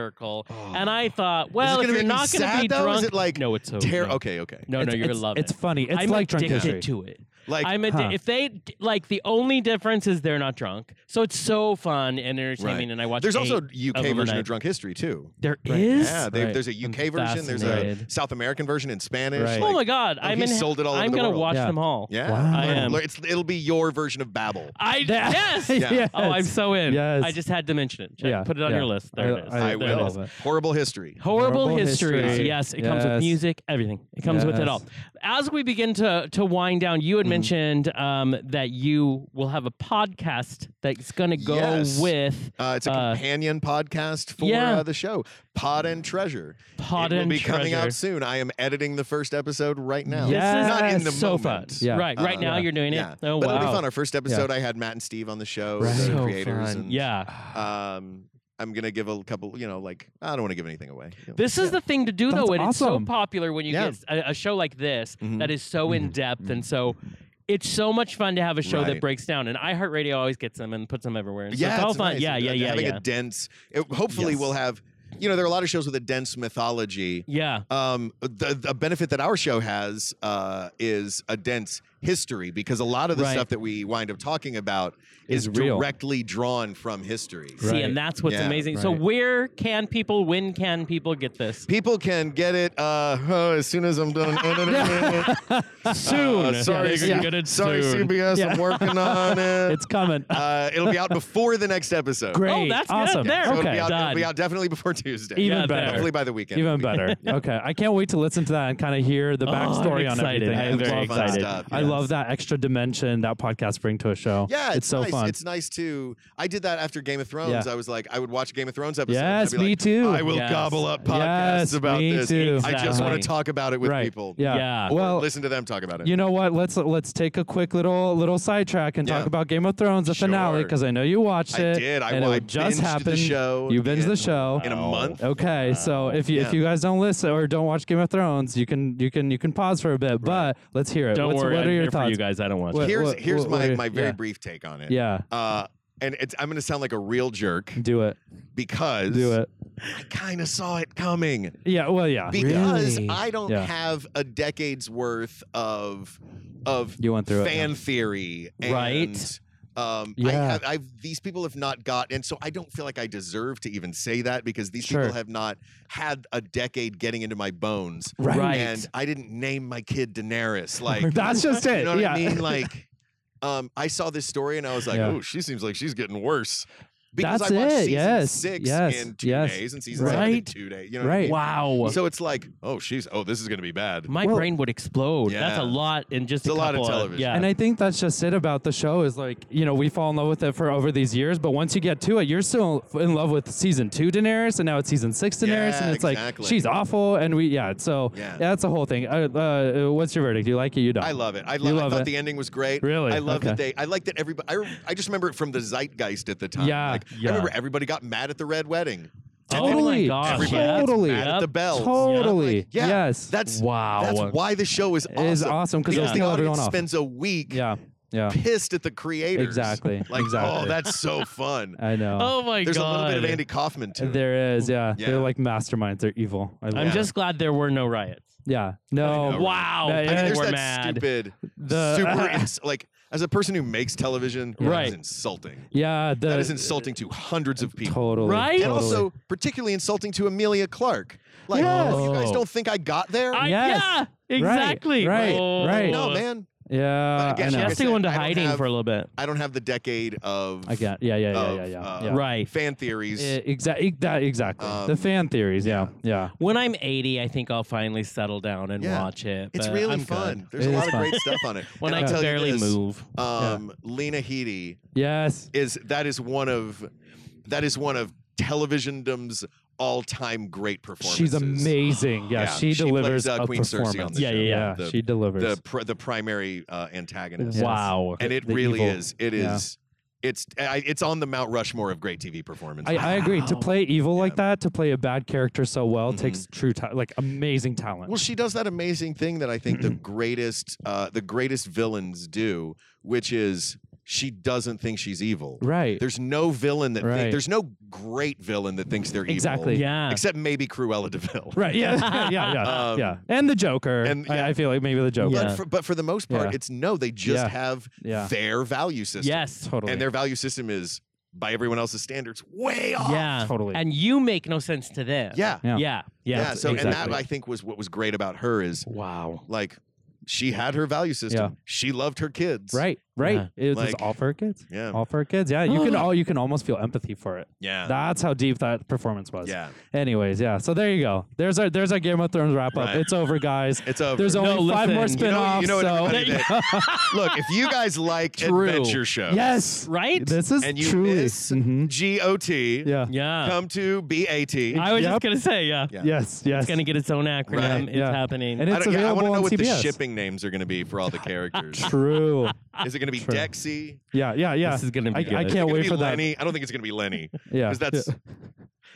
hysterical. Oh. And I thought, is well, it if gonna you're make me not going to sad, be though? drunk, Is it like no, it's so Ter- no. Okay, okay. No, it's, no, you're it's, gonna love It's it. funny. It's I'm like drunk addicted history. to it. Like, I'm a Huh. if they like the only difference is they're not drunk, so it's so fun and entertaining. Right. And I watch. there's also eight a of UK them a version night. of Drunk History too. there is. Yeah, they, Right. there's a UK version. There's a fascinated. South American version in Spanish. Right. Oh like- my god! Oh, I'm he in, sold it all over I'm the gonna world. watch Yeah. them all. Yeah, Wow. I am. It's, it'll be your version of Babel. I [laughs] yes. Yeah. Oh, I'm so in. Yes. I just had to mention it. Check- Yeah, Put it on yeah. your list. There it is. I There will. It is. love it. Horrible history. Horrible, Horrible histories. Histories. Yes, it comes with Yes. music, everything. It comes with it all. Yes. As we begin to to wind down, you Mm. had mentioned um, that you will have a podcast that's going to go Yes. with Uh, it's a Uh, companion podcast for yeah. uh, the show, Pod and Treasure. Pod it will and be coming Treasure. out soon. I am editing the first episode right now. Yes. Not in the so moment. fun. Yeah. Right, right Uh, now yeah. you're doing it. Yeah. Oh but wow. it'll be fun. Our first episode, I had Matt and Steve on the show, Right. the So creators. fun. And, Yeah. Um, I'm gonna give a couple. You know, like I don't want to give anything away. you know. This is the thing to do That's though, and it's so awesome. popular when you Yeah. get a, a show like this Mhm. that is so in depth and so. It's so much fun to have a show Mm-hmm. Right. that breaks down, and iHeartRadio always gets them and puts them everywhere. And so yeah, it's all it's fun. nice. Yeah, And yeah, having yeah, Having yeah. a dense. It, hopefully, we'll have. You know, there are a lot of shows with a dense mythology. yeah. Um, the, the benefit that our show has uh, is a dense history because a lot of the Right. stuff that we wind up talking about is, Is real. directly drawn from history. See, Right. and that's what's Yeah. amazing. So Right. where can people, when can people get this? People can get it uh, [laughs] oh, as soon as I'm done. [laughs] soon. Uh, sorry, They can C- get it sorry soon. CBS. I'm [laughs] working on it. It's [laughs] coming. uh, it'll be out before the next episode. Great. Oh, that's good. awesome. There. So it'll, be Okay. out, it'll be Done. out definitely before Tuesday. Even Yeah, better. Hopefully by the weekend. Even better. Okay. I can't wait to listen to that and kind of hear the Oh, I'm backstory on excited. everything. I am I very love that. excited. Stuff, I yes. love that extra dimension that podcasts bring to a show. Yeah, it's, it's, so nice. fun. It's nice to. I did that after Game of Thrones. Yeah. I was like, I would watch Game of Thrones episodes. Yes, I'd be me like, too. I will Yes. gobble up podcasts Yes, about me this. too. I just want Exactly. to talk about it with right. people. Yeah. Yeah. Well, listen to them talk about it. you know what? Let's let's take a quick little little sidetrack and Yeah. talk about Game of Thrones, the finale, Sure. because I know you watched I it. did. I- and I it just binged the happened. show You binged in- the show in a Oh. month. Okay, so if you Yeah. if you guys don't listen or don't watch Game of Thrones, you can you can you can pause for a bit, but let's hear it. Don't What's- worry, what I'm are your here for thoughts? you guys. I don't want What- here's here's what- my what- my very yeah. brief take on it. Yeah, Uh, and it's, I'm going to sound like a real jerk do it, because do it. I kind of saw it coming. Yeah, well, yeah. because I don't Yeah. have a decade's worth of of You went through it, fan theory, and, Right. Um, I Yeah. have, I've these people have not got, and so I don't feel like I deserve to even say that because these Sure. people have not had a decade getting into my bones, Right. Right. and I didn't name my [laughs] kid Daenerys, [laughs] like That's just it. you know what yeah. I [laughs] mean, like. Um, I saw this story and I was like, Yeah. "Oh, she seems like she's getting worse." Because That's I watched it, season yes, six yes, in two yes. days and season seven in Right. two days. You know what I Right. mean? Wow. So it's like, oh, she's, oh, this is going to be bad. My Well- brain would explode. That's a Yeah. lot in just It's a a lot of couple television. yeah. And I think that's just it about the show is like, you know, we fall in love with it for over these years, but once you get to it, you're still in love with season two Daenerys, and now it's season six Daenerys, Yeah, and it's exactly. like, she's awful, and we, yeah, so Yeah. yeah, that's the whole thing. Uh, uh, what's your verdict? You like it? You don't? I love it. I, You lo- I love thought it. the ending was great. Really? I love that Okay. they, I like that everybody, I, re- I just remember it from the zeitgeist at the time. Yeah, Like, yeah. I remember everybody got mad at the Red Wedding. Oh my Totally. gosh, Everybody yeah. gets Totally. mad at the bells. Totally. Yeah. Yes. That's, Wow. that's why the show is awesome. is awesome, 'cause because it'll the kill everyone audience off. spends a week yeah. Yeah. pissed at the creators. Exactly, Like, oh, exactly. that's [laughs] so fun. I know. oh my There's a god. little bit of Andy Kaufman too. There is, yeah. Yeah. They're like masterminds. They're evil. I love I'm it. just glad there were no riots. yeah. No. know, right? Wow. Yeah, yeah. I mean, And there's we're that mad. stupid, The- uh, super ins- like as a person who makes television, that Right. is insulting. [laughs] Yeah. The, that is insulting to hundreds of people. Totally. Right? And Totally. also particularly insulting to Amelia Clark. Like, Yes. oh, you guys Oh. don't think I got there? I, Yes. Yeah. Right, Exactly. right, Oh. right. no, man. But yeah. I again, know. She like has to go said, into I don't hiding have- for a little bit. I don't have the decade of I get. Yeah. Yeah. Yeah. of, Yeah. Yeah. uh, yeah. Right. fan theories. Exactly. That exactly. the Um, fan theories. Yeah. Yeah. When I'm 80, I think I'll finally settle down and Yeah. watch it. it's but really I'm good. fun. There's It a is lot of fun. great stuff [laughs] on it. When And I I'll can tell you barely this, move. Um, Lena Headey Yes. is that is one of that is one of televisiondom's all-time great performances. She's [sighs] amazing. Yeah. Yeah, she, she delivers plays, uh, a Queen Cersei on performance. the yeah, show. yeah. Yeah. The- she delivers. The pr- the primary uh, antagonist. Wow. and it the really evil. is. It Yeah. is. It's I, it's on the Mount Rushmore of great TV performances. I, I agree. To Wow. play evil like Yeah. that, to play a bad character so well, Mhm. takes true ta- like amazing talent. well, she does that Mm-hmm. amazing thing that I think the greatest uh, the greatest villains do, which is she doesn't think she's evil. Right. There's no villain that Right. think, there's no great villain that thinks they're Exactly. evil. Yeah. Except maybe Cruella Deville. Right. Yeah. [laughs] yeah. Yeah. Um, yeah. And the Joker. and- I, yeah. I feel like maybe the Joker. Yeah. [laughs] But, for, but for the most part, Yeah. it's no. They just Yeah. have Yeah. their value system. Yes. Totally. And their value system is, by everyone else's standards, way off. Yeah. Totally. And you make no sense to them. Yeah. Yeah. Yeah. Yeah. Yeah, so and exactly. that I think was what was great about her is Wow. like she had her value system. Yeah. She loved her kids. Right. Right. Yeah. It was Like- all for her kids. Yeah. Ah. All for her kids. Yeah. You can all you can almost feel empathy for it. Yeah. That's how deep that performance was. Uh, yeah. Anyways, yeah. So there you go. There's our there's our Game of Thrones wrap up. Right. It's over, guys. It's [laughs] over. There's only five listen, more you you know, spin-offs. you know what so everybody did? Look, if you guys like True. adventure shows, yes, Right? Mm-hmm. This is and you truly. miss Mhm. GOT, Yeah. Yeah. come to BAT. I was Yep. just gonna say, yeah. Yeah. Yes. Yes. It's gonna get its own acronym. Right. It's Yeah. happening. And I it's don't- yeah, I available wanna know on what the CBS. shipping names are going to be for all the [laughs] characters. True. is it going to be True. Dexy? Yeah. Yeah. Yeah. This is gonna be I, good. I Is it can't Gonna wait be for that. Lenny? I don't think it's going to be Lenny Yeah. because [laughs] that's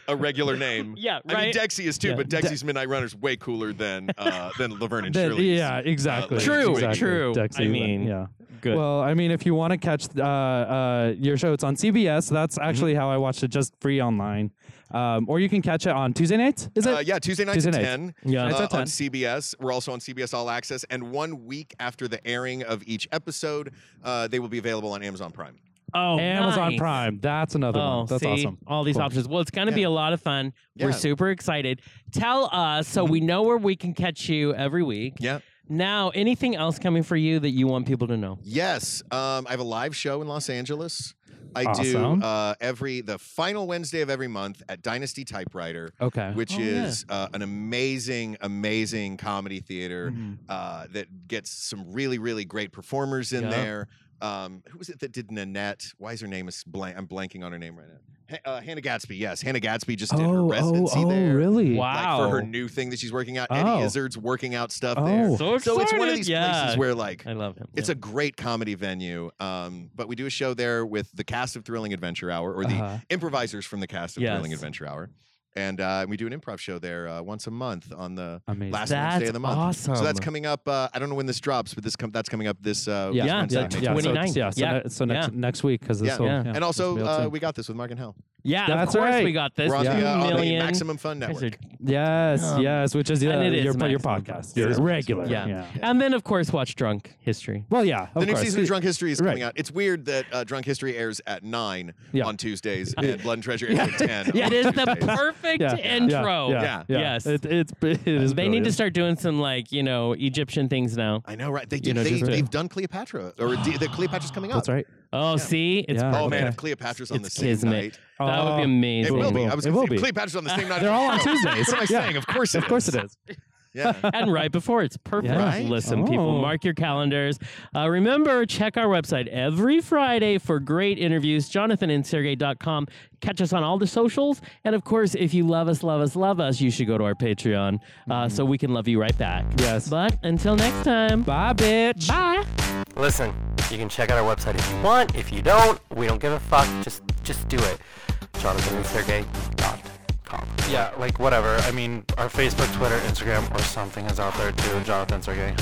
a regular name. [laughs] yeah, I mean, right. Dexy is too, Yeah. but Dexy's Midnight Runner is way cooler than uh, than [laughs] Laverne and Then- Shirley. yeah, exactly. ladies. True, exactly. true. Dexy, I but- mean, yeah. Good. Well, I mean, if you want to catch uh, uh, your show, it's on CBS. That's Mm-hmm. actually how I watched it, just free online. Um, or you can catch it on Tuesday nights. Is it? Uh, yeah, Tuesday nights Tuesday at nights. 10 Yeah. uh, Nights at 10. on CBS. We're also on CBS All Access. And one week after the airing of each episode, uh, they will be available on Amazon Prime. oh, Amazon nice. Prime. That's another one. Oh, That's see, awesome. All these Cool. options. Well, it's going to Yeah. be a lot of fun. Yeah. Mm-hmm. We're super excited. Tell us so we know where we can catch you every week. Yeah. Now, anything else coming for you that you want people to know? Yes. Um, I have a live show in Los Angeles. I Awesome. do uh, every the final Wednesday of every month at Dynasty Typewriter. Okay. Which Oh, yeah. is uh, an amazing, amazing comedy theater uh, that gets some really, really great performers in Yeah. there. Um, who was it that did Nanette? Why is her name is blank? I'm blanking on her name right now. Ha- uh, Hannah Gatsby. Yes, Hannah Gatsby just did her Oh, oh, residency oh, there. really? Wow. Like for her new thing that she's working out. Oh. Eddie Izzard's working out stuff Oh. there. So So it's one of excited. these yeah. places where like I love him. it's a great comedy venue. Um, but we do a show there with the cast of Thrilling Adventure Hour or the Uh-huh. improvisers from the cast of Thrilling Yes. Adventure Hour. And uh, we do an improv show there uh, once a month on the Amazing. last Wednesday That's of the month. awesome. So that's coming up. Uh, I don't know when this drops, but this com- that's coming up this uh, Um, Yeah. this Yeah, Wednesday. yeah, yeah. May so 12th. it's- 29th. yeah, so, Yeah. ne- so next next week because this Yeah. will, Yeah. And this will also, be out uh, soon. we got this with Mark and Hell. Yeah, That's of course right. we got this. We're on, Two the, uh, on the million. Maximum Fun Guys are- Network. yes, Um, yes, which is, uh, and it is your, your Maximum. podcast, Yeah. your regular. Yeah. And then, of course, watch Drunk [laughs] History. Well, yeah. Of The new course. season of Drunk History is coming Right. out. It's weird that uh, Drunk History airs at 9 Yeah. [laughs] on Tuesdays and Blood and Treasure airs at 10. It on is the Tuesdays. perfect yeah. intro. Yeah. Yeah. yeah. Yes. It, it's it is. They need to brilliant. start doing some like you know Egyptian things now. I know, right? They, know, they, just to- they've done Cleopatra, or d- the Cleopatra's coming up. That's right. Oh, see, it's Yeah. perfect. Oh man, Okay. if Cleopatra's on It's the same kismet. night, that would Oh, be it amazing. will be. Boom. I was It going will to say be. if Cleopatra's on [laughs] the same night. They're all on Oh, Tuesdays. What am I Yeah. saying? Of course it Of course is. it is. Yeah. and right before it's perfect. Yeah. Right? Listen, people, Oh. mark your calendars. Uh, remember, check our website every Friday for great interviews. JonathanandSergey.com. Catch us on all the socials, and of course, if you love us, love us, love us, you should go to our Patreon uh, so we can love you right back. Mm-hmm. Yes. But until next time, Bye, bitch. Bye. Listen, you can check out our website if you want. If you don't, we don't give a fuck. Just just do it. Jonathan and Sergey. Yeah, like whatever. I mean, our Facebook, Twitter, Instagram, or something is out there too. Jonathan Sergey.